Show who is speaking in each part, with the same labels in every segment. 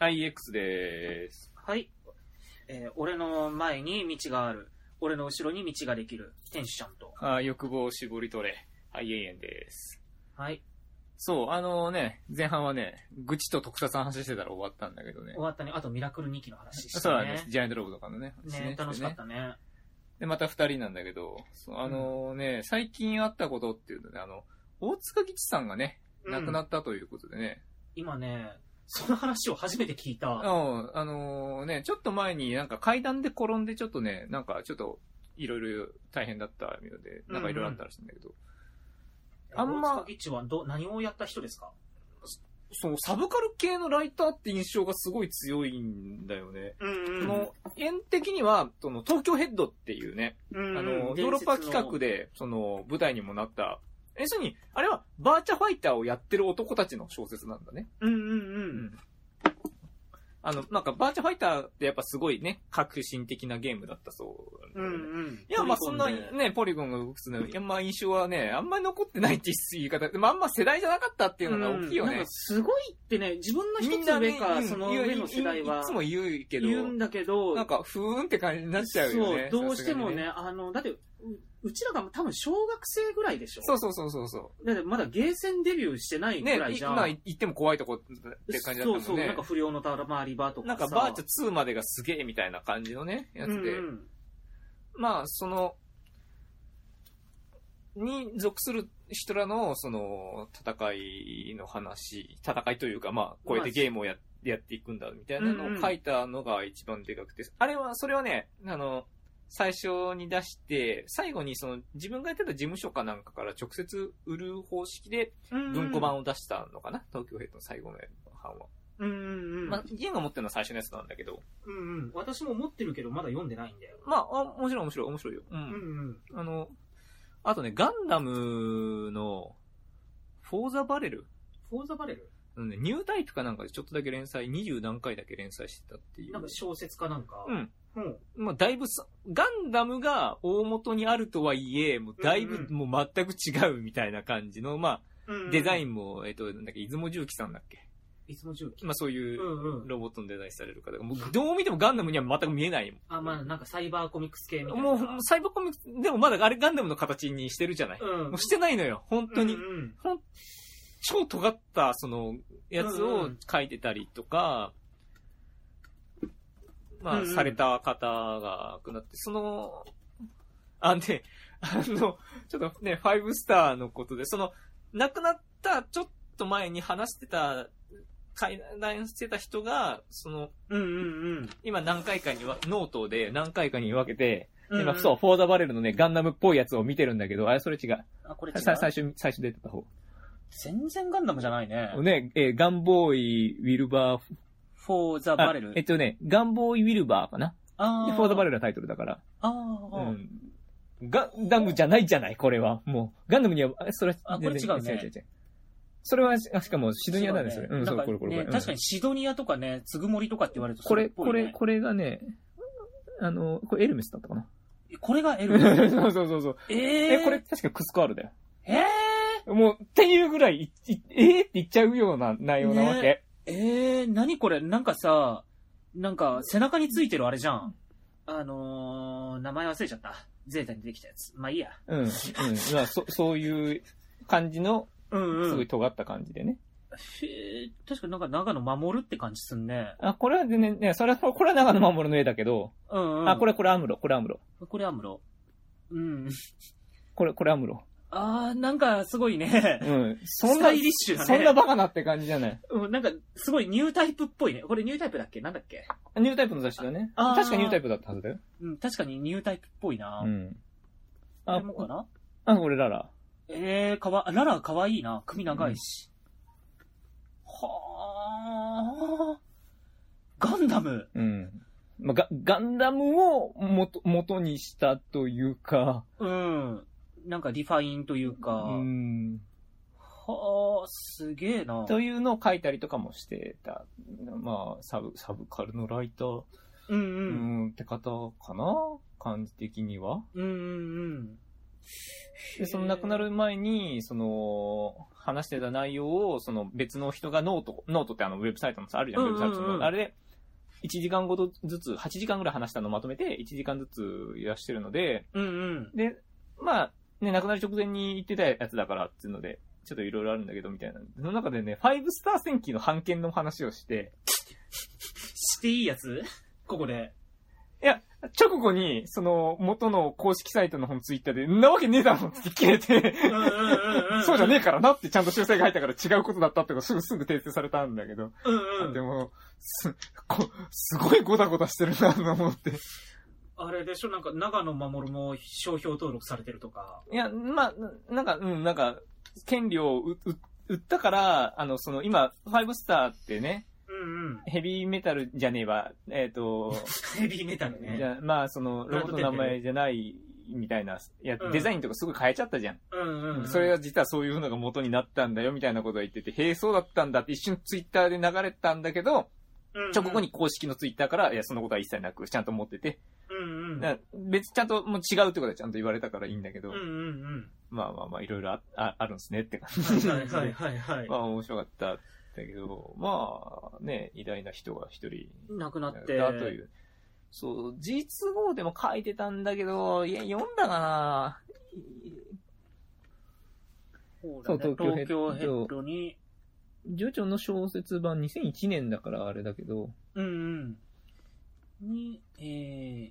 Speaker 1: IX でーす。
Speaker 2: はい。えー俺の前に道がある。俺の後ろに道ができる。天使ちゃんと。
Speaker 1: あー欲望を絞り取れ。はい、永遠です。
Speaker 2: はい。
Speaker 1: そう、あのね、前半はね、愚痴と特撮の話してたら終わったんだけどね
Speaker 2: 終。わったね。あとミラクル2期の話して
Speaker 1: そうなんで
Speaker 2: ね
Speaker 1: す。。ジャイアントロボとかのね。話
Speaker 2: ね
Speaker 1: して
Speaker 2: 楽しかったね。
Speaker 1: で、また二人なんだけど、そうあのね、最近あったことっていうとね、あの、大塚吉さんがね、亡くな
Speaker 2: うん
Speaker 1: ったということでね、
Speaker 2: 今ね、その話を初めて聞いた。
Speaker 1: うん、あのね、ちょっと前になんか階段で転んでちょっとね、なんかちょっといろいろ大変だったようで、なんかいろいろあったらしいんだけど、あんま
Speaker 2: 大塚ギッチはど何をやった人ですか
Speaker 1: そのサブカル系のライターって印象がすごい強いんだよね。
Speaker 2: うん
Speaker 1: この、縁的には、その東京ヘッドっていうね、
Speaker 2: うんうん
Speaker 1: あの、ヨーロッパ企画。で、その、舞台にもなった、要するに、あれは、バーチャファイターをやってる男たちの小説なんだね。
Speaker 2: 伝説のうんうんうん。
Speaker 1: あの、なんか、バーチャファイターってやっぱすごいね、革新的なゲームだったそう
Speaker 2: う
Speaker 1: なんだよね、
Speaker 2: んうん。
Speaker 1: いや、まあ
Speaker 2: ポ
Speaker 1: そん
Speaker 2: リ
Speaker 1: な
Speaker 2: ゴンで
Speaker 1: ね、ポリゴンが動くつの、いやまあ印象はね、あんまり残ってないって言い方、でもあんま世代じゃなかったっていうのが大きいよ
Speaker 2: うんな
Speaker 1: ね
Speaker 2: んか。すごいってね、自分の一つ上か、
Speaker 1: うん
Speaker 2: その上の世代
Speaker 1: い
Speaker 2: は
Speaker 1: つも言うけど、
Speaker 2: 言うんだけど、
Speaker 1: なんか、ふーんって感じになっちゃうよね。
Speaker 2: そう、どうしても
Speaker 1: さすがに
Speaker 2: ね、。あの、だって、ううちらが多分小学生ぐらいでしょ
Speaker 1: そうそうそうそうそ
Speaker 2: だってまだゲーセンデビューしてな
Speaker 1: う。
Speaker 2: い
Speaker 1: ね
Speaker 2: ぐら、い
Speaker 1: い
Speaker 2: じゃん。
Speaker 1: まあ言っても怖いとこって感じだったもんね。
Speaker 2: そうそう、なんか不良のたら回り場とか
Speaker 1: なんか
Speaker 2: さ
Speaker 1: バーチャ2までがすげえみたいな感じのね、やつで。
Speaker 2: うんうん
Speaker 1: まあ、その、に属する人らの、その、戦いの話、戦いというか、まあ、こうやってゲームをややっていくんだ、みたいな
Speaker 2: うんう
Speaker 1: の
Speaker 2: ん
Speaker 1: を書いたのが一番でかくて、あれは、それはね、あの、最初に出して、最後にその自分がやってた事務所かなんかから直接売る方式で
Speaker 2: うんうん
Speaker 1: 文庫版を出したのかな、東京ヘッドの最後の版は。
Speaker 2: うんうんうん、
Speaker 1: まあ、ジェンが持ってるのは最初のやつなんだけど、
Speaker 2: うんうん。私も持ってるけど、まだ読んでないんだよ。
Speaker 1: まあ、あ面白い面白い面白いよ。う
Speaker 2: うんんうん。
Speaker 1: あの、あとね、ガンダムの、フォーザバレル、
Speaker 2: フォーザバレル
Speaker 1: うんねニュータイプかなんかでちょっとだけ連載、20何回だけ連載してたっていう。
Speaker 2: なんか小説かなんか。
Speaker 1: うん。
Speaker 2: うん。
Speaker 1: まあ、だいぶさ、ガンダムが大元にあるとはいえ、もうだい
Speaker 2: うん
Speaker 1: ぶ
Speaker 2: う
Speaker 1: もう全く違うみたいな感じの、ま
Speaker 2: うんうん
Speaker 1: あ、デザインも、えっと、なんだっけ、出雲重機さんだっけ。
Speaker 2: いつも重機。
Speaker 1: まあそういうう、
Speaker 2: んうん。
Speaker 1: ロボットのデザインされる方が、もうどう見てもガンダムには全く見えないもん。
Speaker 2: あ、まあなんかサイバーコミックス系みたいな。
Speaker 1: もう、もうサイバーコミック、でもまだあれガンダムの形にしてるじゃない。
Speaker 2: う
Speaker 1: も
Speaker 2: ん。
Speaker 1: うしてないのよ、本当に
Speaker 2: うん。うん
Speaker 1: 超尖った、その、やつ
Speaker 2: うんう
Speaker 1: を
Speaker 2: ん
Speaker 1: 書いてたりとか、ま
Speaker 2: う
Speaker 1: あ、
Speaker 2: んうん
Speaker 1: された方が亡くなって、その、あ、ね、あの、ちょっとね、ファイブスターのことで、その、亡くなったちょっと前に話してた、会談してた人が、その、
Speaker 2: うんうんうん。
Speaker 1: 今何回かにわ、ノートで何回かに分けて、
Speaker 2: うん
Speaker 1: 今、そう、。フォーダバレルのね、ガンダムっぽいやつを見てるんだけど、あれ、それ違う。
Speaker 2: あ、これ違う
Speaker 1: さ最初、最初出てた方。
Speaker 2: 全然ガンダムじゃないね。
Speaker 1: ね、えーガンボーイ、ウィルバー、
Speaker 2: フォーザ
Speaker 1: あ
Speaker 2: バレル
Speaker 1: えっ。とね、ガンボーイ・ウィルバーかな。
Speaker 2: あ
Speaker 1: でフォード・バレ
Speaker 2: レル。
Speaker 1: ルのタイトルだから。
Speaker 2: あ
Speaker 1: う
Speaker 2: ー
Speaker 1: ん。ガンダムじゃないじゃない、これは。もう。ガンダムには、あそれは、
Speaker 2: あこれ違うね
Speaker 1: 違う違う違うそれは、あしかも、シドニアなんです
Speaker 2: そ
Speaker 1: よ
Speaker 2: う
Speaker 1: ね。う
Speaker 2: だね
Speaker 1: ん、そう、
Speaker 2: なん
Speaker 1: これこれこれ。
Speaker 2: ね
Speaker 1: うん
Speaker 2: 確かにシドニアとかね、つぐもりとかって言われると
Speaker 1: これ、
Speaker 2: そ
Speaker 1: こ
Speaker 2: っぽい
Speaker 1: れ、
Speaker 2: ね
Speaker 1: これがね、あの、これエルメスだったかな。
Speaker 2: これがエ
Speaker 1: そ
Speaker 2: ルメス。
Speaker 1: う そうそうそう。
Speaker 2: え
Speaker 1: え、
Speaker 2: ー
Speaker 1: これ、確かクスコアルだよ。
Speaker 2: えー
Speaker 1: もう、っていうぐらい、いいえーって言っちゃうような内容なわけ。
Speaker 2: えー、何これなんかさ、なんか背中についてるあれじゃん。あのー、名前忘れちゃった。ゼータに出てきたやつ。まあいいや。
Speaker 1: うん、うん。まあ、そ、そういう感じの、
Speaker 2: うん
Speaker 1: す
Speaker 2: う
Speaker 1: ごい
Speaker 2: ん。
Speaker 1: 尖った感じでね。
Speaker 2: へー確かなんか長野守るって感じすんね。
Speaker 1: あ、これはね、ね、それは、これは長野守の絵だけど、
Speaker 2: うん、うん。
Speaker 1: あ、こ
Speaker 2: れ。
Speaker 1: れ、これアムロ、これアムロ。
Speaker 2: これアムロ。うん。
Speaker 1: これ、これアムロ。
Speaker 2: あー、なんかすごいね
Speaker 1: う。ん。そ
Speaker 2: ス
Speaker 1: ん
Speaker 2: タ
Speaker 1: な、
Speaker 2: イリッシュだね。
Speaker 1: そんなバカなって感じじゃない。
Speaker 2: うん、なんか、すごいニュータイプっぽいね。これニュータイプだっけなんだっけ
Speaker 1: ニュータイプの雑誌だね。
Speaker 2: あー
Speaker 1: 確かニュータイプだったはずだよ。
Speaker 2: うん、確かにニュータイプっぽいな。
Speaker 1: う
Speaker 2: こ
Speaker 1: ん。
Speaker 2: れ
Speaker 1: あ
Speaker 2: も、かな
Speaker 1: あ、これララ。
Speaker 2: えー、かわ、あララかわいいな。首長いし。はあ。ガンダム。
Speaker 1: うん。まあ、ガガンダムを元、元にしたというか、
Speaker 2: うん。なんかリファインという
Speaker 1: う
Speaker 2: か。
Speaker 1: ん。
Speaker 2: はあ、すげえな。
Speaker 1: というのを書いたりとかもしてた。まあ、サブ、サブカルのライター、
Speaker 2: う
Speaker 1: う
Speaker 2: んうん。
Speaker 1: ん、って方かな感じ的には。
Speaker 2: うんうんうん。
Speaker 1: で、その亡くなる前に、その、話してた内容を、その別の人がノート、ノートってあのウェブサイトのさ、あるじゃん、
Speaker 2: うん
Speaker 1: ウ
Speaker 2: う
Speaker 1: ェ
Speaker 2: ん
Speaker 1: ブ
Speaker 2: うん
Speaker 1: サイトの。あれで、1時間ごとずつ、8時間ぐらい話したのをまとめて、1時間ずついらしてるので、
Speaker 2: うんうん。
Speaker 1: で、まあ、ね、亡くなる直前に言ってたやつだからっていうので、ちょっといろいろあるんだけど、みたいな。その中でね、ファイブスター戦記の判件の話をして、
Speaker 2: していいやつここで。
Speaker 1: 直後に、その、元の公式サイトの本ツイッターで、んなわけねえだろって切れて、
Speaker 2: うんうんうんうん。
Speaker 1: そうじゃねえ
Speaker 2: え。
Speaker 1: からなってちゃんと修正が入ったから違うことだったってことすぐすぐ訂正されたんだけど。
Speaker 2: うんう
Speaker 1: で
Speaker 2: ん。
Speaker 1: も、す、こ、すごいゴタゴタしてるなと思って。
Speaker 2: あれでしょなんか、長野守も商標登録されてるとか。
Speaker 1: いや、まあ、なんか、うん、なんか、権利をう、う、売ったから、あの、その、今、ファイブスターってね、
Speaker 2: うんうん。
Speaker 1: ヘビーメタルじゃねえわ、えっ、と、
Speaker 2: ヘビーメタル
Speaker 1: じ
Speaker 2: ね。
Speaker 1: ゃまあ、その、ロボットの名前じゃない、みたいな、いや
Speaker 2: う、ん
Speaker 1: デザインとかすごい変えちゃったじゃん。
Speaker 2: うんうんうん。
Speaker 1: それが実はそういうのが元になったんだよ、みたいなことを言ってて、へえ、そうだったんだって一瞬ツイッターで流れたんだけど、
Speaker 2: うんうん
Speaker 1: 直後に。公式のツイッターから、いや、そんなことは一切なく、ちゃんと持ってて、
Speaker 2: うんうん。
Speaker 1: な別にちゃんともう違うってことはちゃんと言われたからいいんだけど、
Speaker 2: うんうん うん。
Speaker 1: まあまあまあ、いろいろあああるんですねって感じで。
Speaker 2: はいはいはいは い
Speaker 1: ま。あ面白かったんだけど、まあね、偉大な人が一人
Speaker 2: なくな
Speaker 1: だ
Speaker 2: って。
Speaker 1: という。そう、実号でも書いてたんだけど、いや、読んだかな
Speaker 2: そうだね
Speaker 1: そう東京ヘッ
Speaker 2: 東
Speaker 1: ド
Speaker 2: 京ヘッドに。
Speaker 1: ジョジョの小説版2001年だからあれだけど、
Speaker 2: うんうん。に、えー、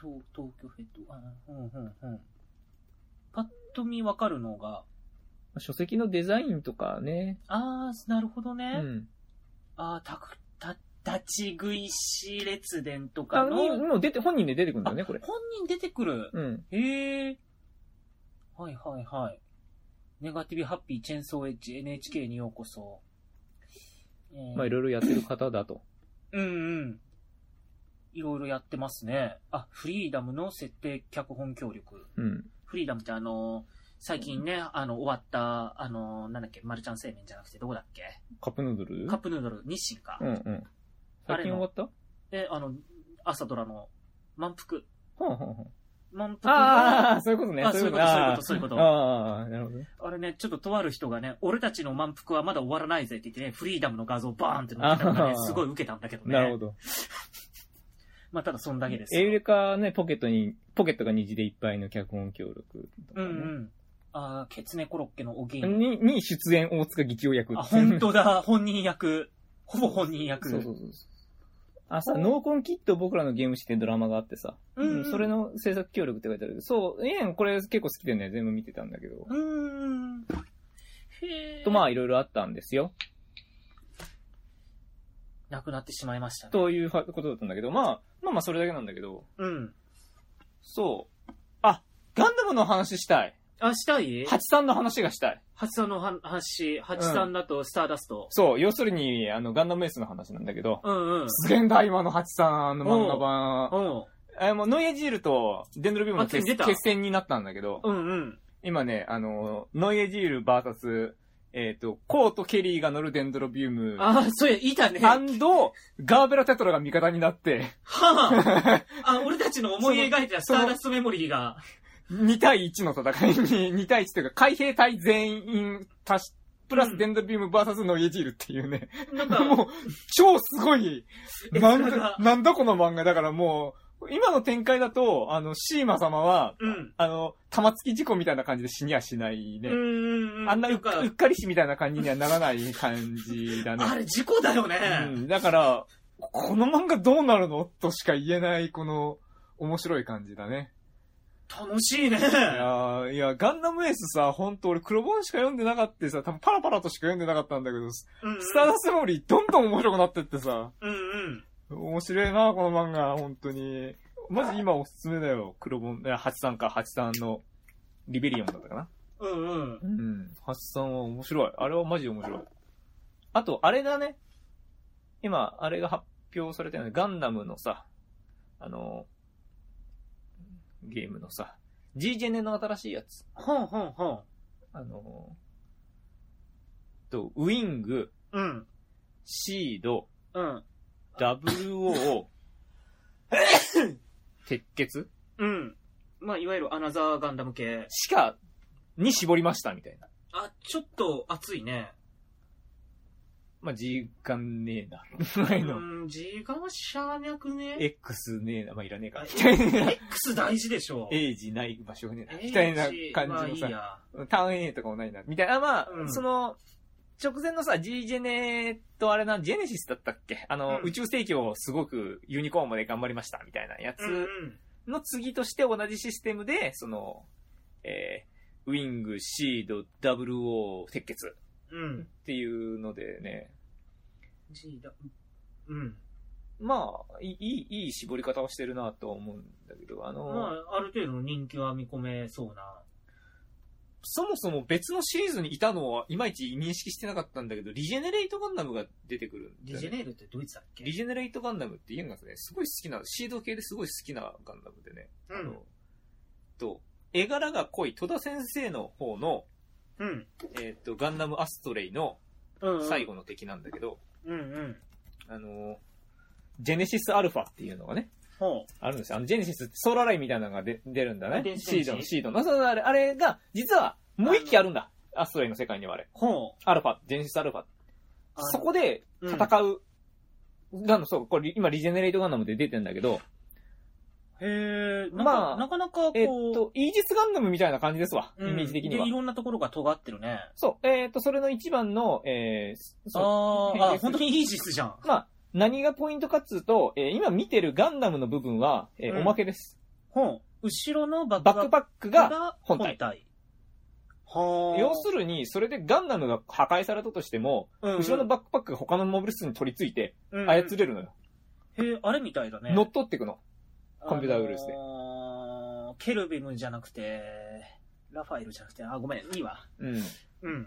Speaker 2: 東東京ヘッド。あうんうんうん。パッと見わかるのが、
Speaker 1: 書籍のデザインとかね、
Speaker 2: あー、なるほど
Speaker 1: う
Speaker 2: ね。
Speaker 1: ん。
Speaker 2: あー、たく、た、立ち食いし列伝と
Speaker 1: あ
Speaker 2: かの、
Speaker 1: にもう出て、本人で出てくるんだよね、これ。
Speaker 2: 本人出てくる。
Speaker 1: うん。
Speaker 2: へえ。はいはいはい。ネガティブハッピーチェンソーエッジ NHK にようこそ。えー
Speaker 1: まあいろいろやってる方だと。
Speaker 2: うんうん。いろいろやってますね。あ、フリーダムの設定脚本協力。
Speaker 1: うん。
Speaker 2: フリーダムってあのー最近ね、あの、終わった、あのーなんだっけ、マルちゃん製麺じゃなくてどこだっけ
Speaker 1: カップヌードル
Speaker 2: カップヌードル、日清か
Speaker 1: う。んうん。最近終わったは
Speaker 2: で、あの、朝ドラの、満腹。
Speaker 1: あはあはあ
Speaker 2: 満腹が
Speaker 1: ああ、そういうことね。
Speaker 2: あそういうことそういうこ
Speaker 1: あ
Speaker 2: と
Speaker 1: ー
Speaker 2: そういうこと
Speaker 1: ああ、なるほどね。
Speaker 2: あれね、ちょっととある人がね、俺たちの満腹はまだ終わらないぜって言ってね、フリーダムの画像バーンって載ってたのがね、
Speaker 1: あー
Speaker 2: すごい受けたんだけどね。
Speaker 1: なるほど。
Speaker 2: まあ、ただそんだけです
Speaker 1: エウ
Speaker 2: よ。
Speaker 1: レカね、ポケットに、ポケットが虹でいっぱいの脚本協力と
Speaker 2: う
Speaker 1: か
Speaker 2: んう
Speaker 1: ね。
Speaker 2: ん。ああ、ケツネコロッケのおぎん。
Speaker 1: に、に出演大塚議長役。
Speaker 2: あ、本当だ、本人役。ほぼ本人役。
Speaker 1: そうそうそう。あ、さ、ノーコンキット僕らのゲーム誌ってドラマがあってさ、
Speaker 2: うんうん
Speaker 1: うんそれの制作協力って書いてあるけど、そう、ええこれ結構好きでね、全部見てたんだけど。
Speaker 2: うーん。へえ。
Speaker 1: と、まあ、いろいろあったんですよ。
Speaker 2: 亡くなってしまいましたね。
Speaker 1: というはことだったんだけど、まあ、まあまあ、それだけなんだけど、
Speaker 2: うん。
Speaker 1: そう。あ、ガンダムの話したい。
Speaker 2: あ、したい
Speaker 1: ハチさんの話がしたい。
Speaker 2: 八さんのは話、八さんだとスターダスト。
Speaker 1: そう、要するに、あの、ガンダムエースの話なんだけど、
Speaker 2: うんうん。
Speaker 1: すげえんだ、今のハチさんの漫画版。
Speaker 2: うん。
Speaker 1: え、もう、ノイエジールとデンドロビウムの
Speaker 2: あ
Speaker 1: 決
Speaker 2: 出た
Speaker 1: 決戦になったんだけど、
Speaker 2: うんうん。
Speaker 1: 今ね、あの、ノイエジール VS、えっ、と、コーとケリーが乗るデンドロビウム、
Speaker 2: ああ、そういや、いたね。
Speaker 1: ア
Speaker 2: は
Speaker 1: ンド、ガーベラテトラが味方になって、
Speaker 2: あ。あ、俺たちの思い描いてたスターダストメモリーが。
Speaker 1: 2対1の戦いに、2対1というか、 海兵隊全員足し、プラスデンドロビウム VS ノイエジールっていうね、
Speaker 2: なんか、
Speaker 1: もう、超すごい、
Speaker 2: 絵
Speaker 1: な
Speaker 2: 面
Speaker 1: ん
Speaker 2: が
Speaker 1: だ、なんだこの漫画だからもう、今の展開だと、あの、シーマ様は、
Speaker 2: うん。
Speaker 1: あの、玉突き事故みたいな感じで死にはしないね。
Speaker 2: うんうんうん。
Speaker 1: あんなう
Speaker 2: な
Speaker 1: っ
Speaker 2: んか
Speaker 1: かうっかり死みたいな感じにはならない感じだね。
Speaker 2: あれ事故だよね。
Speaker 1: うん、だから、この漫画どうなるのとしか言えない、この、面白い感じだね。
Speaker 2: 楽しいね。
Speaker 1: いやーいや、ガンダムエースさ、ほんと俺黒本しか読んでなかったさ、多分パラパラとしか読んでなかったんだけど、ス
Speaker 2: うんうん
Speaker 1: ターダストメモリーどんどん面白くなってってさ。
Speaker 2: うんうん。
Speaker 1: 面白いな、この漫画、本当に。マジ今おすすめだよ。黒本、いや、八三か、八三の、リベリオンだったかな。
Speaker 2: うんうん。
Speaker 1: うん。八三は面白い。あれはマジで面白い。あと、あれだね。今、あれが発表されたよね。ガンダムのさ、あの、ゲームのさ、G ジェネの新しいやつ。
Speaker 2: ほんほんほん。
Speaker 1: あの、と、ウィング、
Speaker 2: うん。
Speaker 1: シード、
Speaker 2: うん。
Speaker 1: WO、鉄血
Speaker 2: うん。まあ、いわゆるアナザーガンダム系。
Speaker 1: しか、に絞りましたみたいな。
Speaker 2: あ、ちょっと暑いね。
Speaker 1: まあ、時間ねえな。前
Speaker 2: う
Speaker 1: の、
Speaker 2: ん、時間はしゃーなくね。
Speaker 1: X ねえな、まあ、いらねえか。みたいな。
Speaker 2: X 大事でしょ。
Speaker 1: エイジない場所ねえな。みたいな感じのさ、
Speaker 2: さ。
Speaker 1: 単位とかもないな。みたいな、まあ、
Speaker 2: うん
Speaker 1: その、直前のさ、G ジェネとあれな、ジェネシスだったっけあの、
Speaker 2: うん
Speaker 1: 宇宙世紀をすごくユニコーンまで頑張りました、みたいなやつ。
Speaker 2: うんうん。
Speaker 1: の次として同じシステムで、その、えーウィング、シード、ダブルオー、鉄血
Speaker 2: うん。
Speaker 1: っていうのでね、
Speaker 2: G だ。うん。
Speaker 1: まあ、いい、いいい絞り方をしてるなと思うんだけど、あの、
Speaker 2: まあ、ある程度の人気は見込めそうな。
Speaker 1: そもそも別のシリーズにいたのはいまいち認識してなかったんだけど、リジェネレートガンダムが出てくるんだ
Speaker 2: リ
Speaker 1: よ
Speaker 2: ジェ
Speaker 1: ね。
Speaker 2: ネールってドイツだっけ
Speaker 1: リジェネレートガンダムっていうのがね、すごい好きな、シード系ですごい好きなガンダムでね、
Speaker 2: うん
Speaker 1: あの、と、絵柄が濃い戸田先生の方の、
Speaker 2: うん。
Speaker 1: えっ、と、ガンダムアストレイの、
Speaker 2: うんうん
Speaker 1: 最。後の敵なんだけど、
Speaker 2: うんうん。
Speaker 1: あの、ジェネシスアルファっていうのがね、
Speaker 2: ほ
Speaker 1: あるんですよ。あの、ジェネシスってソーラーラインみたいなのが出出るんだね
Speaker 2: 電。子
Speaker 1: シー
Speaker 2: 電子
Speaker 1: ドの、シードの。あそうそうあれ、あれが、実は、もう一機あるんだ。アストレイの世界にはあれ。
Speaker 2: う。ほ
Speaker 1: アルファ、ジェネシスアルファ。
Speaker 2: う。
Speaker 1: そこで
Speaker 2: うん
Speaker 1: 戦う。ガンダム、そう、これ今リジェネレートガンダムで出てんだけど、
Speaker 2: へえ、なんか、
Speaker 1: まあ
Speaker 2: なかなかこう、
Speaker 1: えっと、イージスガンダムみたいな感じですわ、イ
Speaker 2: うん
Speaker 1: メージ的には
Speaker 2: で、い。ろんなところが尖ってるね。
Speaker 1: そう、えっと、それの一番の、えー、そう
Speaker 2: あー
Speaker 1: 変
Speaker 2: あ、
Speaker 1: 形する
Speaker 2: 本当にイージスじゃん。
Speaker 1: まあ、何がポイントかっつうと、えー今見てるガンダムの部分は、えー
Speaker 2: うん
Speaker 1: おまけです。
Speaker 2: ほう。後ろのバッ
Speaker 1: バック
Speaker 2: クパッ
Speaker 1: パック
Speaker 2: ク
Speaker 1: が、
Speaker 2: が
Speaker 1: 本体
Speaker 2: はあ。
Speaker 1: 要するに、それでガンダムが破壊されたとしても、
Speaker 2: うん
Speaker 1: 後ろのバックパックが他のモビルスーツに取り付いて、
Speaker 2: うんうん
Speaker 1: 操れるのよ。
Speaker 2: へえ、あれみたいだね。
Speaker 1: 乗っ取っていくの。コンピューターウイルスで
Speaker 2: あのーケルビムじゃなくて、ラファエルじゃなくて、あ、ごめん、いいわ。
Speaker 1: うん。
Speaker 2: うん。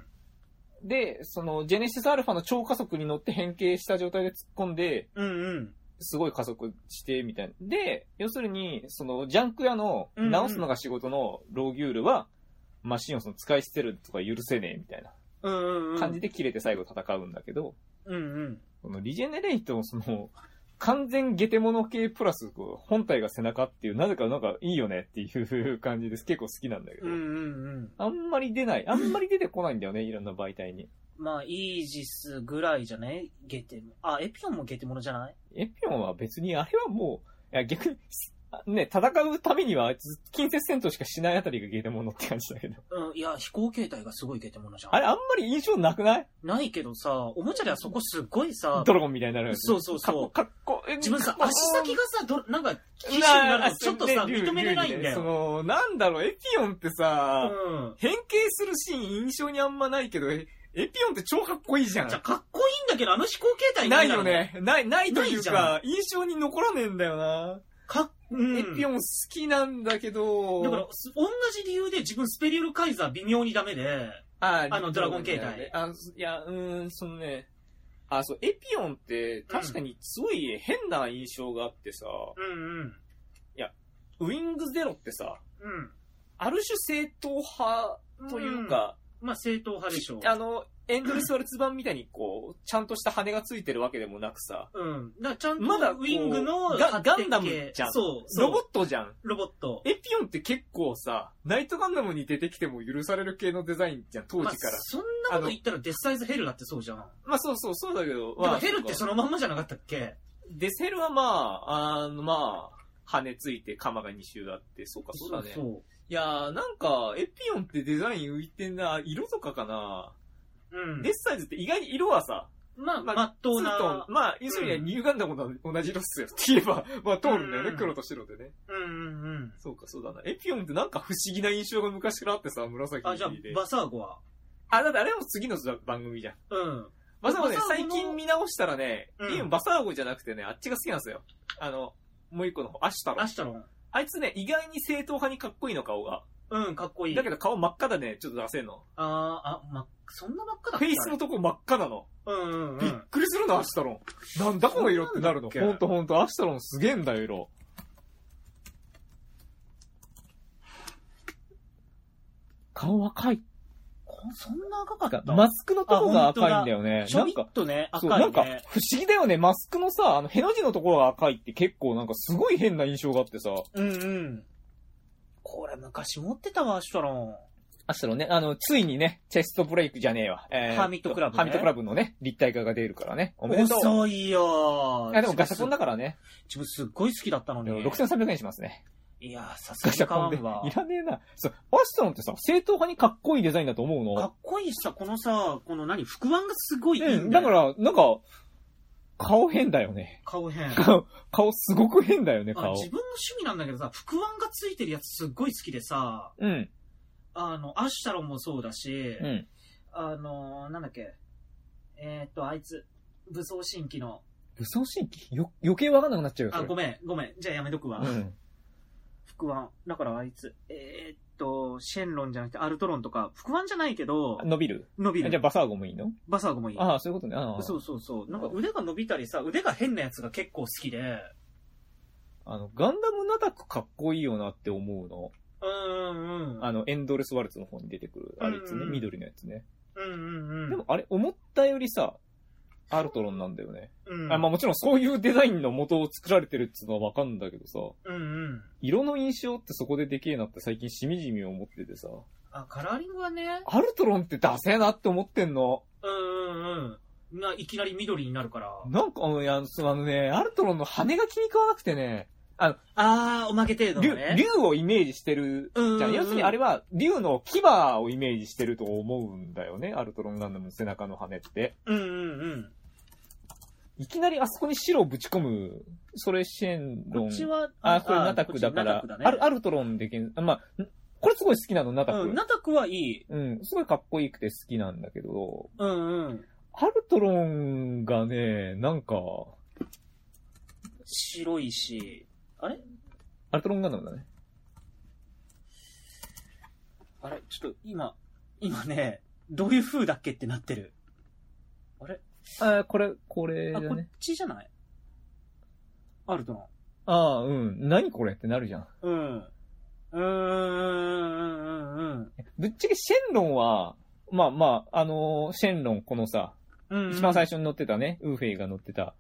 Speaker 1: で、その、ジェネシスアルファの超加速に乗って変形した状態で突っ込んで、
Speaker 2: うんうん。
Speaker 1: すごい加速して、みたいな。で、要するに、その、ジャンク屋の、
Speaker 2: うんうん
Speaker 1: 直すのが仕事のローギュールは、マシンをその使い捨てるとか許せねえ、みたいな
Speaker 2: うんうんうん。
Speaker 1: 感じで切れて最後戦うんだけど、
Speaker 2: うんうん。
Speaker 1: このリジェネレイトのその、完全ゲテモノ系プラス、こう本体が背中っていう、なぜかなんかいいよねっていう感じです。結構好きなんだけど。
Speaker 2: うんうんうん。
Speaker 1: あんまり出ない。あんまり出てこないんだよね、いろんな媒体に。
Speaker 2: まあ、イージスぐらいじゃないゲテモあ、エピオンもゲテモノじゃない
Speaker 1: エピオンは別に、あれはもう、いや逆に、あね、戦うためには、あいつ近接戦闘しかしないあたりがゲテモノって感じだけど。
Speaker 2: うん、いや、飛行形態がすごいゲテモノじゃん。
Speaker 1: あれ、あんまり印象なくない
Speaker 2: ないけどさ、おもちゃではそこすっごいさ、
Speaker 1: ドラゴンみたいになるやつ
Speaker 2: そうそうそう
Speaker 1: かっこ、かっこ、え
Speaker 2: 自分さ、足先がさ、ど、なんか、騎士になる
Speaker 1: な
Speaker 2: のちょっとさ、
Speaker 1: ね竜
Speaker 2: 認めれないん
Speaker 1: 竜
Speaker 2: だ
Speaker 1: にねそ
Speaker 2: よ。
Speaker 1: の、なんだろう、エピオンって
Speaker 2: う
Speaker 1: さ、
Speaker 2: ん。
Speaker 1: 変形するシーン印象にあんまないけど、えエピオンって超かっこいいじゃん
Speaker 2: じゃ、。かっこいいんだけど、あの飛行形態
Speaker 1: ない
Speaker 2: んだろ
Speaker 1: よ
Speaker 2: う。
Speaker 1: ね。ない、ないとい
Speaker 2: ないうじゃ
Speaker 1: か、印象に残らねえんだよな。
Speaker 2: かっ、うん。
Speaker 1: エピオン好きなんだけど、
Speaker 2: だから、す同じ理由で自分スペリウルカイザー微妙にダメで、
Speaker 1: あ
Speaker 2: あのドラゴン形態
Speaker 1: あいや、うーん、そのね、あ、そう、エピオンって確かにすごい変な印象があってさ、
Speaker 2: うんうん。
Speaker 1: ウィングゼロってさ、
Speaker 2: うん。
Speaker 1: ある種正統派というか、
Speaker 2: まあ、正統派でしょう。
Speaker 1: あの、エンドレスワルツ版みたいにこう、ちゃんとした羽がついてるわけでもなくさ、
Speaker 2: うん。だからちゃんと、
Speaker 1: まだこう
Speaker 2: ウィングの
Speaker 1: ガガンダム
Speaker 2: 発展系
Speaker 1: じゃん
Speaker 2: そう、そう
Speaker 1: ロボットじゃん。
Speaker 2: ロボット。
Speaker 1: エピオンって結構さ、ナイトガンダムに出てきても許される系のデザインじゃん、当時から。
Speaker 2: ま
Speaker 1: ま
Speaker 2: あ、そんなこと言ったらデスサイズヘルだってそうじゃん。で
Speaker 1: あ、そうそう、そうだけど。ま
Speaker 2: も
Speaker 1: あ
Speaker 2: ヘルってそのまんまじゃなかったっけ
Speaker 1: デセルはまあ、あの、まあ、羽ついて鎌が2周あって、そうか、そうだね。
Speaker 2: そ
Speaker 1: いやー、なんか、エピオンってデザイン浮いてんな、色とかかな。
Speaker 2: う。うん
Speaker 1: デ。スサイズって意外に色はさ、
Speaker 2: まあ、
Speaker 1: まあ
Speaker 2: まっとう
Speaker 1: ツートン
Speaker 2: な。
Speaker 1: まあ、要するにニューガンダムと同じ色っすよって言えば、まあ通るんだよ
Speaker 2: う
Speaker 1: ね、
Speaker 2: ん
Speaker 1: 黒と白でね。
Speaker 2: うんうんうん。
Speaker 1: そうか、そうだな。エピオンってなんか不思議な印象が昔からあってさ、紫
Speaker 2: あ、じゃあ
Speaker 1: で、。
Speaker 2: バサーゴは。
Speaker 1: あ、だってあれも次の番組じゃん。
Speaker 2: うん。
Speaker 1: バサーゴね
Speaker 2: バサーゴ、
Speaker 1: 最
Speaker 2: の
Speaker 1: 近見直したらね、
Speaker 2: うん
Speaker 1: 今バサーゴじゃなくてね、あっちが好きなんですよ。あの、もう一個の方、アシュタロ
Speaker 2: ア
Speaker 1: ン。
Speaker 2: シュタロン。
Speaker 1: あいつね、意外に正統派にかっこいいの、顔が。
Speaker 2: うん、かっこいい。
Speaker 1: だけど顔真っ赤だね、ちょっと出せんの。
Speaker 2: あーあ、ま、そんなばっかだっ
Speaker 1: フ
Speaker 2: た
Speaker 1: ェイスのとこ真っ赤なの。
Speaker 2: うんうんう
Speaker 1: びっ
Speaker 2: ん。
Speaker 1: くりするな、アシュタロン。なんだこの色ってなるの。
Speaker 2: そう
Speaker 1: ほ
Speaker 2: なんだ
Speaker 1: ん
Speaker 2: っけ
Speaker 1: とほんと、アシュタロンすげえんだよ、色。顔赤い。
Speaker 2: こんそんな赤かった
Speaker 1: マスクのとこが赤いんだよね。
Speaker 2: ち
Speaker 1: な
Speaker 2: ょ
Speaker 1: ん
Speaker 2: び
Speaker 1: か
Speaker 2: っ、とね、
Speaker 1: そ
Speaker 2: 赤
Speaker 1: う、な
Speaker 2: いね。
Speaker 1: んか、不思議だよね。マスクのさ、あの、への字のところが赤いって結構なんかすごい変な印象があってさ。
Speaker 2: うんうん。これ昔持ってたわ、アシュタロン。
Speaker 1: アストロね、あの、ついにね、チェストブレイクじゃねえわ。えー
Speaker 2: ハーミットクラブね
Speaker 1: ハーミットクラブのね、立体化が出るからね。おめでとう。
Speaker 2: 遅いよ
Speaker 1: いや、でもガシャポンだからね。
Speaker 2: 自分すっごい好きだったの
Speaker 1: で
Speaker 2: に。
Speaker 1: も6300円しますね。
Speaker 2: いやー、さす
Speaker 1: ガ
Speaker 2: が
Speaker 1: シャ
Speaker 2: に買
Speaker 1: ポ
Speaker 2: わ
Speaker 1: ンで。い
Speaker 2: んわ。
Speaker 1: らねえな。そう、アストロンってさ、正統派にかっこいいデザインだと思う
Speaker 2: か
Speaker 1: の。
Speaker 2: っこいいしさ、このさ、この何、腹腕がすごいいいんだよ、
Speaker 1: うんだから、なんか、顔変だよね。
Speaker 2: 顔変。
Speaker 1: 顔、顔すごく変だよね、
Speaker 2: あ
Speaker 1: 顔。
Speaker 2: 自分の趣味なんだけどさ、腹腕がついてるやつすっごい好きでさ、
Speaker 1: うん、
Speaker 2: あの、アシュタロンもそうだし、
Speaker 1: うん。
Speaker 2: あの、なんだっけ、えーっと、あいつ、武装新規の、
Speaker 1: 武装神器よ、余計わかんなくなっちゃうよ、
Speaker 2: あ、
Speaker 1: それ
Speaker 2: ごめん、ごめん、じゃあやめとくわ。
Speaker 1: うん。
Speaker 2: 腹腕。だからあいつ、えーっと、シェンロンじゃなくてアルトロンとか、腹腕じゃないけど、
Speaker 1: 伸びる
Speaker 2: 伸び
Speaker 1: じゃあ
Speaker 2: る。
Speaker 1: バサーゴもいいの
Speaker 2: バサーゴもいい。
Speaker 1: ああ、そういうことね。ああ
Speaker 2: そうそうそう。なんか腕が伸びたりさ、腕が変なやつが結構好きで、
Speaker 1: あの、ガンダムナダクかっこいいよなって思うの。
Speaker 2: うーんうん。
Speaker 1: あの、エンドレスワルツの方に出てくる、あれです
Speaker 2: うん
Speaker 1: ね、
Speaker 2: うん
Speaker 1: 緑のやつね。
Speaker 2: うんうんうん。
Speaker 1: でも、あれ、思ったよりさ、アルトロンなんだよね。
Speaker 2: うん、
Speaker 1: あまあもちろんそういうデザインの元を作られてるっつうのはわかるんだけどさ、
Speaker 2: うんうん。
Speaker 1: 色の印象ってそこででけえなって最近しみじみ思っててさ、
Speaker 2: あ、カラーリングはね、
Speaker 1: アルトロンってダセえなって思ってんの。
Speaker 2: うんうんうん。な、いきなり緑になるから。
Speaker 1: なんか、あのいやそのあのね、アルトロンの羽が気に食わなくてね、
Speaker 2: あー、おまけ程度
Speaker 1: 竜
Speaker 2: のね。
Speaker 1: 竜をイメージしてる
Speaker 2: うんうんうん
Speaker 1: じゃん。要するにあれは竜の牙をイメージしてると思うんだよね。アルトロンガンダムの背中の羽って。
Speaker 2: うんうんうん。
Speaker 1: いきなりあそこに白をぶち込む、それシェンロ
Speaker 2: こ
Speaker 1: ン
Speaker 2: っ。ちは、
Speaker 1: あ、これナタクだから、アルア
Speaker 2: る。
Speaker 1: ルトロンでけん、あまあ、んこれすごい好きなの、ナタク。う
Speaker 2: うん、
Speaker 1: ん、
Speaker 2: ナタクはいい。
Speaker 1: すごいかっこいいくて好きなんだけど、
Speaker 2: うんうん。
Speaker 1: アルトロンがね、なんか、
Speaker 2: 白いし。あれ
Speaker 1: アルトロンガンダムだね。
Speaker 2: あれちょっと今、今ね、どういう風だっけってなってる。あれ
Speaker 1: あ、これ、これだ
Speaker 2: あ、こ
Speaker 1: ね
Speaker 2: っ。ちじゃないアルトロン。
Speaker 1: ああ、うん。何これってなるじゃん。
Speaker 2: うん。うーん、うん、うん、
Speaker 1: ぶっちゃけシェンロンは、まあまあ、あのーシェンロンこのさ、
Speaker 2: うん。
Speaker 1: 一番最初に乗ってたね、ウーフェイが乗ってた。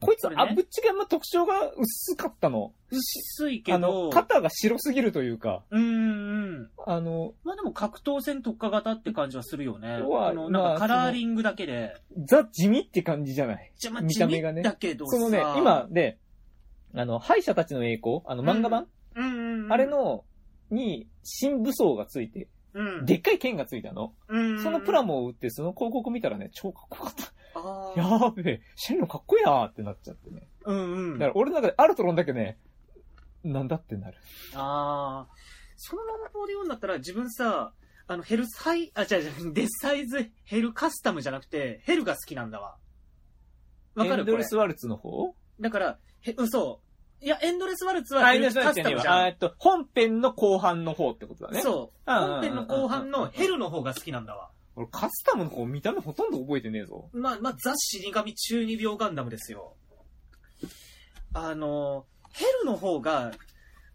Speaker 1: こいつ、
Speaker 2: これね
Speaker 1: あ、ぶっちゃけあんま特徴が薄かったの。
Speaker 2: 薄いけ
Speaker 1: あの、
Speaker 2: ど、
Speaker 1: 肩が白すぎるというか、
Speaker 2: うんうん。
Speaker 1: あの、
Speaker 2: まあでも格闘戦特化型って感じはするよね。
Speaker 1: うわ
Speaker 2: あの、
Speaker 1: まあ
Speaker 2: なんかカラーリングだけで。
Speaker 1: ザ地味って感じじゃない。
Speaker 2: じゃあまあ
Speaker 1: 見
Speaker 2: 地
Speaker 1: た
Speaker 2: 味
Speaker 1: 目がね
Speaker 2: だけどさ。
Speaker 1: そのね、今、で、あの、敗者たちの栄光、あの漫画版、
Speaker 2: うんうんうん、
Speaker 1: あれ、の、に、新武装がついて、
Speaker 2: うん、
Speaker 1: でっかい剣がついたの。
Speaker 2: うん、
Speaker 1: そのプラ、モを打って、その広告見たらね、超かっこよかった。
Speaker 2: あ
Speaker 1: や
Speaker 2: あ、
Speaker 1: ーべえ、シェンロンかっこいいなーってなっちゃってね。
Speaker 2: うん
Speaker 1: だ
Speaker 2: うん。
Speaker 1: から俺の中でアルトロンだけね、なんだってなる。
Speaker 2: ああ、その論法で読んだったら自分さ、あの、ヘルサイ、あ、違う違う、デサイズヘルカスタムじゃなくて、ヘルが好きなんだわ。わか
Speaker 1: エ
Speaker 2: る
Speaker 1: ンド
Speaker 2: こ
Speaker 1: レ
Speaker 2: れ
Speaker 1: スワルツの方
Speaker 2: だから、へ嘘。いや、エンドレスワルツは
Speaker 1: あ、エ
Speaker 2: ヘ
Speaker 1: ンド
Speaker 2: ル
Speaker 1: レスワ
Speaker 2: カ
Speaker 1: ルツ
Speaker 2: ス
Speaker 1: じゃ
Speaker 2: タ
Speaker 1: ねえ
Speaker 2: ムじ
Speaker 1: わ。あ
Speaker 2: ゃ
Speaker 1: ー
Speaker 2: ん。
Speaker 1: えっと、本編の後半の方ってことだね。う。
Speaker 2: そう。
Speaker 1: うんうんうんうん
Speaker 2: 本編の後半のヘルの方が好きなんだわ。
Speaker 1: 俺カスタムの方見た目ほとんど覚えてねえぞ。
Speaker 2: まあ、まあ、ザ・死神中二病ガンダムですよ。あの、ヘルの方が、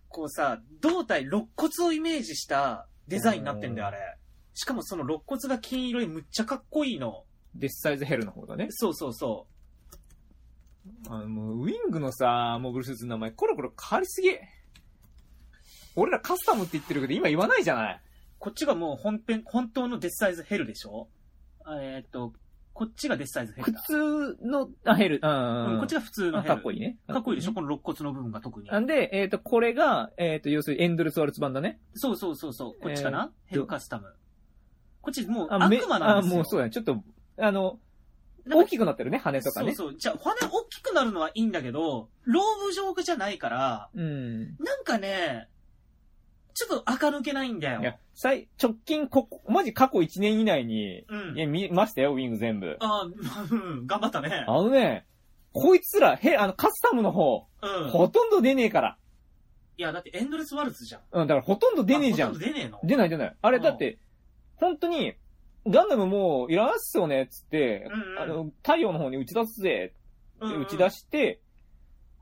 Speaker 2: こうさ、胴体肋骨をイメージしたデザインになってんだよ、あれ。しかもその肋骨が金色いむっちゃかっこいいの。
Speaker 1: デスサイズヘルの方だね。
Speaker 2: そうそうそ
Speaker 1: あの、もうウィングのさ、モブルスーツの名前、コロコロ変わりすぎ。俺らカスタムって言ってるけど、今言わないじゃない。
Speaker 2: う。こっちがもう本編、本当のデスサイズヘルでしょえーっと、こっちがデスサイズヘルだ。
Speaker 1: 通の、あ、ヘル。うんうん
Speaker 2: う、
Speaker 1: うんん。
Speaker 2: こっちが普通の
Speaker 1: あ
Speaker 2: ヘル。
Speaker 1: かっこいいね。
Speaker 2: かっこいいでしょこの肋骨の部分が特に。
Speaker 1: なんで、えっ、と、これが、えっ、と、要するにエンドレスワルツ版だね。
Speaker 2: そうそうそうそう。こっちかな、
Speaker 1: えー
Speaker 2: ヘルカスタム。こっちもう悪
Speaker 1: め
Speaker 2: 魔なんですよ。
Speaker 1: あ、もうそうだね。ちょっと、あの、
Speaker 2: なん
Speaker 1: 大
Speaker 2: か
Speaker 1: きくなってるね、羽とかね。
Speaker 2: そうそう。じゃあ、骨大きくなるのはいいんだけど、ローブ状じゃないから、
Speaker 1: うん。
Speaker 2: なんかね、ちょっと垢抜けないんだ
Speaker 1: い
Speaker 2: よ
Speaker 1: や。、最、直近、ここ、マジ過去1年以内に、
Speaker 2: うん
Speaker 1: い。や、見ましたよ、ウィング全部。
Speaker 2: ああ、うん頑張ったね
Speaker 1: あ。のね、こいつら、へ、あの、カスタムの方、
Speaker 2: うん。
Speaker 1: ほとんど出ねえから。
Speaker 2: いや、だってエンドレスワルツじゃん。
Speaker 1: うん、だからほとんど出ねえじゃ
Speaker 2: あほ
Speaker 1: ん。
Speaker 2: とど出ねえの
Speaker 1: 出ない出ない。あれ、
Speaker 2: うん
Speaker 1: だって、本当に、ガンダムもういらんっすよね、つって、
Speaker 2: うんうん
Speaker 1: あの、太陽の方に打ち出すぜ、
Speaker 2: うんうん
Speaker 1: 打ち出して、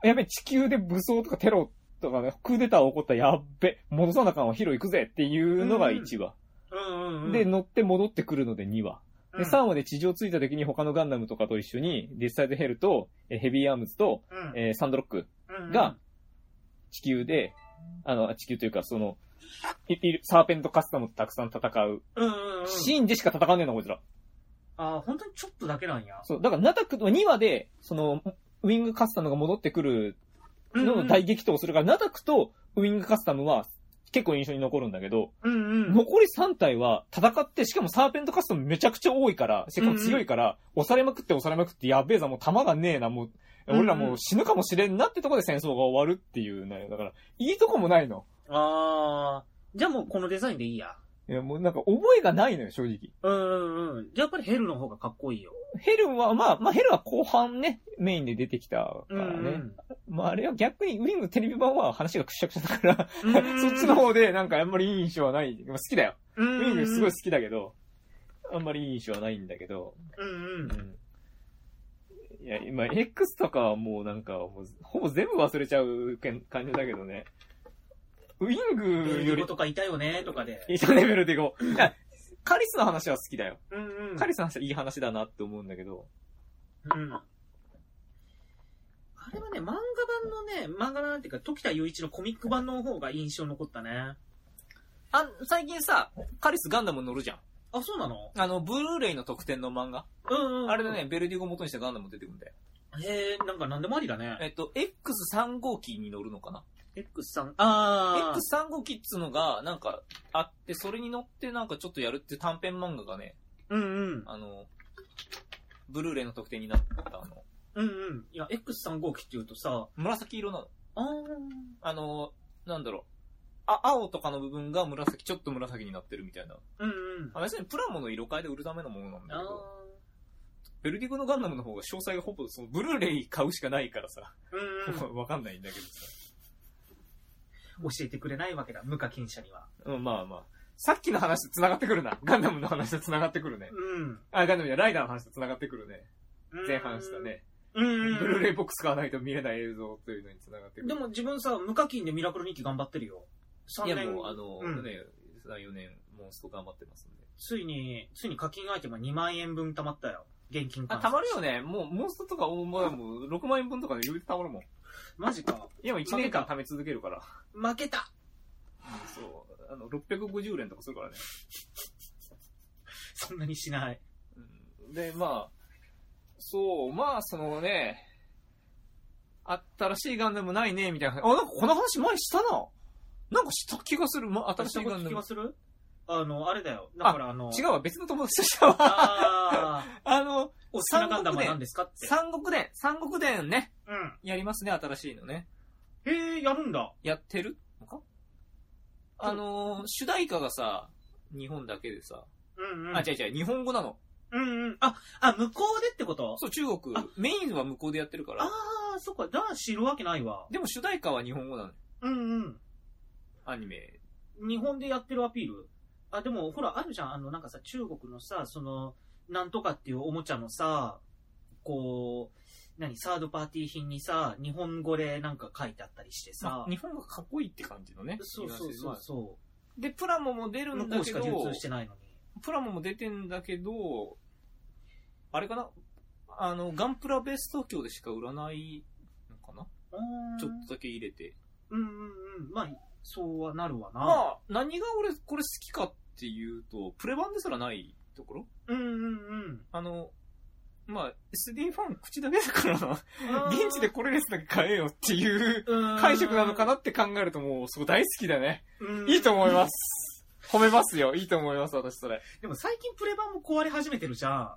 Speaker 1: やべ、地球で武装とかテロとかね、クーデター起こったらやっべ、戻さなあかんわ、ヒロ行くぜっていうのが1話。
Speaker 2: うんうんうん。
Speaker 1: で、乗って戻ってくるので2話。
Speaker 2: うん、
Speaker 1: で、3話で地上着いた時に他のガンダムとかと一緒に、ディスサイドヘルと、えーヘビーアームズと、
Speaker 2: うん
Speaker 1: えーサンドロック
Speaker 2: うんうん
Speaker 1: が、地球であの、地球というか、その、ピピル、サーペントカスタムとたくさん戦う。
Speaker 2: うんうんうん。
Speaker 1: シーンでしか戦わねえの、こいつら。
Speaker 2: ああ、本当にちょっとだけなんや。
Speaker 1: そう、だから、ナタクと、2話で、その、ウィングカスタムが戻ってくる
Speaker 2: うんう
Speaker 1: の
Speaker 2: ん
Speaker 1: 大激闘をするから、ナタクとウィングカスタムは結構印象に残るんだけど、
Speaker 2: うんうん。
Speaker 1: 残り3体は戦って、しかもサーペントカスタムめちゃくちゃ多いから、しかも強いから、押されまくって押されまくって、やべえざ、もう弾がねえな、もう、
Speaker 2: うんうん
Speaker 1: 俺らもう死ぬかもしれんなってとこで戦争が終わるっていうね。だから、いいとこもないの。
Speaker 2: ああ、じゃあもうこのデザインでいいや。
Speaker 1: いや、もうなんか覚えがないのよ、正直。
Speaker 2: うんうんうん。じゃあやっぱりヘルの方がかっこいいよ。
Speaker 1: ヘルンは、まあ、まあヘルンは後半ね、メインで出てきたからね。まああれは逆にウィングテレビ版は話がくしゃくしゃだから、
Speaker 2: うんうん
Speaker 1: そっちの。方でなんかあんまりいい印象はない。まあ好きだよ。
Speaker 2: うん
Speaker 1: ウ
Speaker 2: うん
Speaker 1: ィングすごい好きだけど、あんまりいい印象はないんだけど。
Speaker 2: うんうん。
Speaker 1: いや、今、X とかはもうなんか、もうほぼ全部忘れちゃうけん感じだけどね。ウィングよ
Speaker 2: 英
Speaker 1: り
Speaker 2: 語、とかいたよね、とかで。
Speaker 1: 一緒レベルでいこう。いやカリスの話は好きだよ。
Speaker 2: うんうん。
Speaker 1: カリスの話はいい話だなって思うんだけど。
Speaker 2: うん。あれはね、漫画版のね、漫画版なんていうか、時田雄一のコミック版の方が印象残ったね。
Speaker 1: あ、最近さ、カリスガンダム乗るじゃん。
Speaker 2: あ、そうなの
Speaker 1: あの、ブルーレイの特典の漫画。
Speaker 2: うんうん。
Speaker 1: あれでね、ベルディゴ元にしたガンダム出てくるんだよ。
Speaker 2: へえ、なんか何でもありだね。
Speaker 1: えっと、X3 号機に乗るのかな
Speaker 2: X さん。あー。
Speaker 1: X3 号機っつうのが、なんか、あって、それに乗ってなんかちょっとやるっていう短編漫画がね、
Speaker 2: うんうん。
Speaker 1: あの、ブルーレイの特典になったあの。
Speaker 2: うんうん。いや、X3 号機って言うとさ、
Speaker 1: 紫色なの。
Speaker 2: あー。
Speaker 1: あの、なんだろう。あ、青とかの部分が紫、ちょっと紫になってるみたいな。
Speaker 2: うんうん。
Speaker 1: あ別にプラモの色変えで売るためのものなんだ
Speaker 2: あ
Speaker 1: けど、ベルディゴのガンダムの方が詳細がほぼ、その、ブルーレイ買うしかないからさ、
Speaker 2: ー。うんうん。
Speaker 1: わかんないんだけどさ。
Speaker 2: 教えてくれないわけだ、無課金者には。
Speaker 1: うん、まあまあ。さっきの話と繋がってくるな。ガンダムの話と繋がってくるね。
Speaker 2: うん。
Speaker 1: あ、ガンダムじゃないライダーの話と繋がってくるね。前半した。ね。
Speaker 2: うん
Speaker 1: ブ
Speaker 2: うん。
Speaker 1: ルーレイボックス買わないと見れない映像というのに繋がってくる。
Speaker 2: でも自分さ、無課金でミラクル日記頑張ってるよ。
Speaker 1: い
Speaker 2: 3
Speaker 1: や
Speaker 2: 年。
Speaker 1: もう、あの、
Speaker 2: うん
Speaker 1: ね、3、4年、モンスト頑張ってますんで。
Speaker 2: ついに、ついに課金アイテムが2万円分貯まったよ。現金
Speaker 1: あ、
Speaker 2: 換
Speaker 1: た
Speaker 2: 算
Speaker 1: まるよね。もう、モンストとか、お前もう、6万円分とかで余裕でたまるもん。い
Speaker 2: マジか。
Speaker 1: や、もう1年間貯め続けるから。
Speaker 2: 負けた
Speaker 1: うんそう。あの、650連とかするからね。
Speaker 2: そんなにし ない。
Speaker 1: うんで、まあ、そう、まあ、そのね、新しいガンダムないね、みたいな。あ、なんかこの話前したな。なんかした気がする。ま、新し
Speaker 2: 私
Speaker 1: い
Speaker 2: の
Speaker 1: ガ
Speaker 2: こ
Speaker 1: ン
Speaker 2: と
Speaker 1: ダ
Speaker 2: 気
Speaker 1: ム
Speaker 2: が。するあの、あれだよ。だからあの、
Speaker 1: 違うわ、別の友達としたわ。
Speaker 2: ああ、
Speaker 1: あの、
Speaker 2: お好きなガンダムは何ですかって。
Speaker 1: 三国伝、三国伝ね、
Speaker 2: うん。
Speaker 1: やりますね、新しいのね。
Speaker 2: へえ、やるんだ。
Speaker 1: やってるのかあのー、主題歌がさ、日本だけでさ、
Speaker 2: うんうん。
Speaker 1: あ、違う違う、日本語なの。
Speaker 2: うんうん。あ、あ、向こうでってこと
Speaker 1: そう、中国
Speaker 2: あ、
Speaker 1: メインは向こうでやってるから
Speaker 2: あ、あ、そっか。じゃあ知るわけないわ。
Speaker 1: でも主題歌は日本語なの。
Speaker 2: うん
Speaker 1: アニメ。
Speaker 2: うん。日本でやってるアピール。あ、でも、ほら、あるじゃん。あの、なんかさ、中国のさ、その、なんとかっていうおもちゃのさ、こう、何、サードパーティー品にさ、日本語でなんか書いてあったりして
Speaker 1: ま
Speaker 2: さ
Speaker 1: あ、。日本がかっこいいって感じのね。
Speaker 2: そうそう
Speaker 1: ま
Speaker 2: そう
Speaker 1: あ
Speaker 2: そ
Speaker 1: で、プラモも出
Speaker 2: う。
Speaker 1: る
Speaker 2: 向
Speaker 1: ん
Speaker 2: こ
Speaker 1: だ
Speaker 2: う
Speaker 1: け
Speaker 2: し
Speaker 1: ど
Speaker 2: か、流通してないのに。
Speaker 1: プラモも出てんだけど、あれかなあの、ガンプラベース東京でしか売らないのかな
Speaker 2: うーん
Speaker 1: ちょっとだけ入れて。
Speaker 2: うんうんうん。まあ、そうはなるわな。
Speaker 1: まあ、何が俺、これ好きかっていうと、プレ版ですらないところ
Speaker 2: うんうん
Speaker 1: あの、まあ、SD ファン口だけだから、
Speaker 2: うん。
Speaker 1: 現地でこれですだけ買えよっていう解
Speaker 2: 解
Speaker 1: 釈なのかなって考えるともう、そこ大好きだね。
Speaker 2: うん
Speaker 1: いいと思います。褒めますよ。いいと思います、私それ。
Speaker 2: でも最近プレ版も壊れ始めてるじゃん。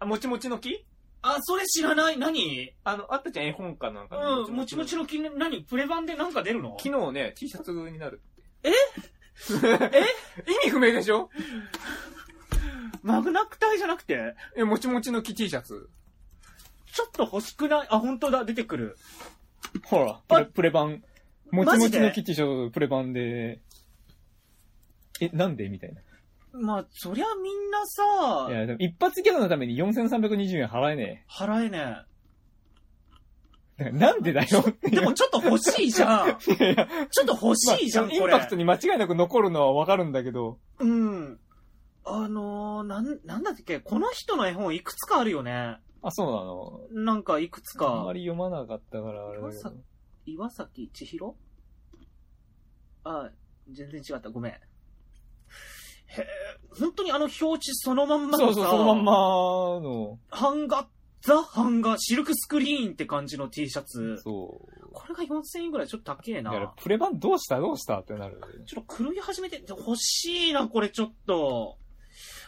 Speaker 1: あ、もちもちの木
Speaker 2: あ、それ知らない何
Speaker 1: あの、あったじゃん、絵本かなんかの。
Speaker 2: うん、もちもちの木、何プレ版でなんか出るの
Speaker 1: 昨日ね、T シャツになるって。
Speaker 2: え
Speaker 1: 意味不明でしょ
Speaker 2: マグナクタイじゃなくて
Speaker 1: え、もちもちの木 T シャツ。
Speaker 2: ちょっと欲しくないあ、本当だ、出てくる。
Speaker 1: ほら、プ
Speaker 2: あ
Speaker 1: レプレ版。もち
Speaker 2: マ
Speaker 1: も
Speaker 2: ジ
Speaker 1: ち
Speaker 2: で
Speaker 1: のキッチンショープレ版で、え、なんでみたいな。
Speaker 2: まあ、そりゃみんなさ
Speaker 1: い、や、でも一発ギャグのために4320円払えね
Speaker 2: 払えね
Speaker 1: え。だ からなんでだよって
Speaker 2: え。
Speaker 1: いう。
Speaker 2: でもちょっと欲 しいじゃん
Speaker 1: いやいや、
Speaker 2: ちょっと欲
Speaker 1: まあ
Speaker 2: しいじゃん、
Speaker 1: イ
Speaker 2: こ
Speaker 1: ン
Speaker 2: れ
Speaker 1: パ。クトに間違いなく残るのはわかるんだけど、
Speaker 2: うん。あのー、なん、なんだっけ、この人の絵本いくつかあるよね。
Speaker 1: あ、そうなの。
Speaker 2: なんかいく
Speaker 1: あ
Speaker 2: つ
Speaker 1: ん
Speaker 2: か
Speaker 1: ま。り読まなかったから、あれだけ
Speaker 2: まさ
Speaker 1: ど。
Speaker 2: 岩崎千尋あ、全然違った。ごめん。へえ、本当にあの表紙そのまんま
Speaker 1: そ
Speaker 2: の
Speaker 1: う
Speaker 2: さ
Speaker 1: そう、そのまんまの、
Speaker 2: 版画、ザ版画、シルクスクリーンって感じの T シャツ。
Speaker 1: そう。
Speaker 2: これが4000円ぐらいちょっと高え
Speaker 1: だ
Speaker 2: な。
Speaker 1: から、プレ版どうしたどうしたってなる。
Speaker 2: ちょっと狂い始めて、欲しいな、これちょっと。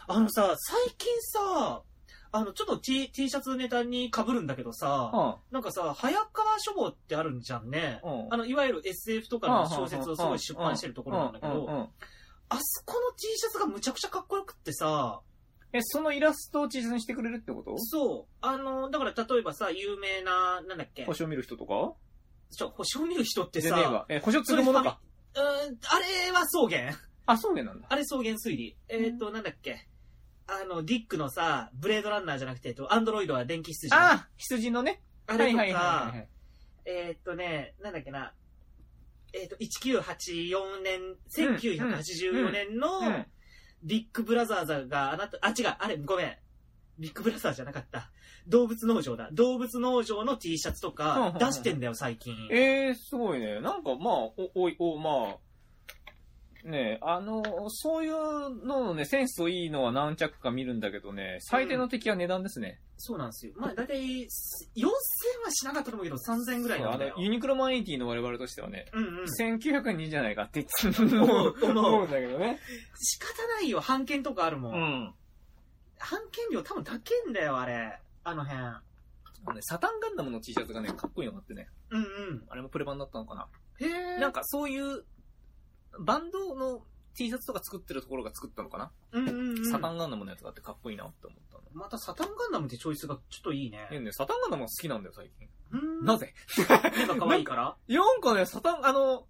Speaker 2: あのさ、最近さ、あの、ちょっと T, T シャツネタに被るんだけどさ、
Speaker 1: うん。
Speaker 2: なんかさ、早川書房ってあるんじゃんね。
Speaker 1: うん
Speaker 2: あの、いわゆる SF とかの小説をすごい出版してるところなんだけ
Speaker 1: ううう
Speaker 2: ど、
Speaker 1: んうん
Speaker 2: あそこの T シャツがむちゃくちゃかっこよくってさ、
Speaker 1: え、そのイラストを地図にしてくれるってこと
Speaker 2: そう、あの、だから例えばさ、有名な、なんだっけ、
Speaker 1: 星を見る人とか
Speaker 2: ちょ星を見る人って
Speaker 1: じゃねえ
Speaker 2: さ、
Speaker 1: わ。え、星を継ぐものか。
Speaker 2: うーん、あれは草原。
Speaker 1: あ、そうねなんだ。
Speaker 2: あれ草原推理。えっ、と、なんだっけ。あの、ディックのさ、ブレードランナーじゃなくて、えっと、アンドロイドは電気羊の。
Speaker 1: あ、羊のね。
Speaker 2: あれとか、
Speaker 1: はいはいはいはい。
Speaker 2: えっ、とね、なんだっけな。えっ、と、1984年、1984年の
Speaker 1: うんうん
Speaker 2: ディックブラザーズがあなた、あ、違う、あれ、ごめん。ビッグブラザーじゃなかった。動物農場だ。動物農場の T シャツと
Speaker 1: うんうん
Speaker 2: か
Speaker 1: うん
Speaker 2: 出してんだよ、最近。
Speaker 1: えー、すごいね。なんか、まあ、お、おい、お、まあ、ねえ、あの、そういうののね、センスいいのは何着か見るんだけどね、最低の敵は値段ですね。
Speaker 2: そうなんですよ。まあ、だいたい4000はしなかったと思うけど、3000ぐらい
Speaker 1: そう
Speaker 2: な
Speaker 1: あ
Speaker 2: んだよ
Speaker 1: の、。ユニクロマン80の我々としてはね、
Speaker 2: うんうん。
Speaker 1: 1900円いいんじゃないかっていつも思う
Speaker 2: 思う
Speaker 1: 思うんだけどね。
Speaker 2: 仕方ないよ、版権とかあるも。
Speaker 1: うんん。
Speaker 2: 版権料多分高えんだよ、あれ。あの辺。
Speaker 1: あのねサタンガンダムの T シャツがね、かっこいいのがあってね、
Speaker 2: うんうん。
Speaker 1: あれもプレ版だったのかな。
Speaker 2: へえ。
Speaker 1: なん、かそういう、バンドの T シャツとか作ってるところが作ったのかな、
Speaker 2: うんうん、うん。
Speaker 1: サタンガンダムのやつがあってかっこいいなって思ったの。
Speaker 2: またサタンガンダムってチョイスがちょっといいね。
Speaker 1: でね、サタンガンダムが好きなんだよ、最近。
Speaker 2: うん
Speaker 1: なぜ
Speaker 2: 目が可愛いから
Speaker 1: 4個ね、サタン、あの、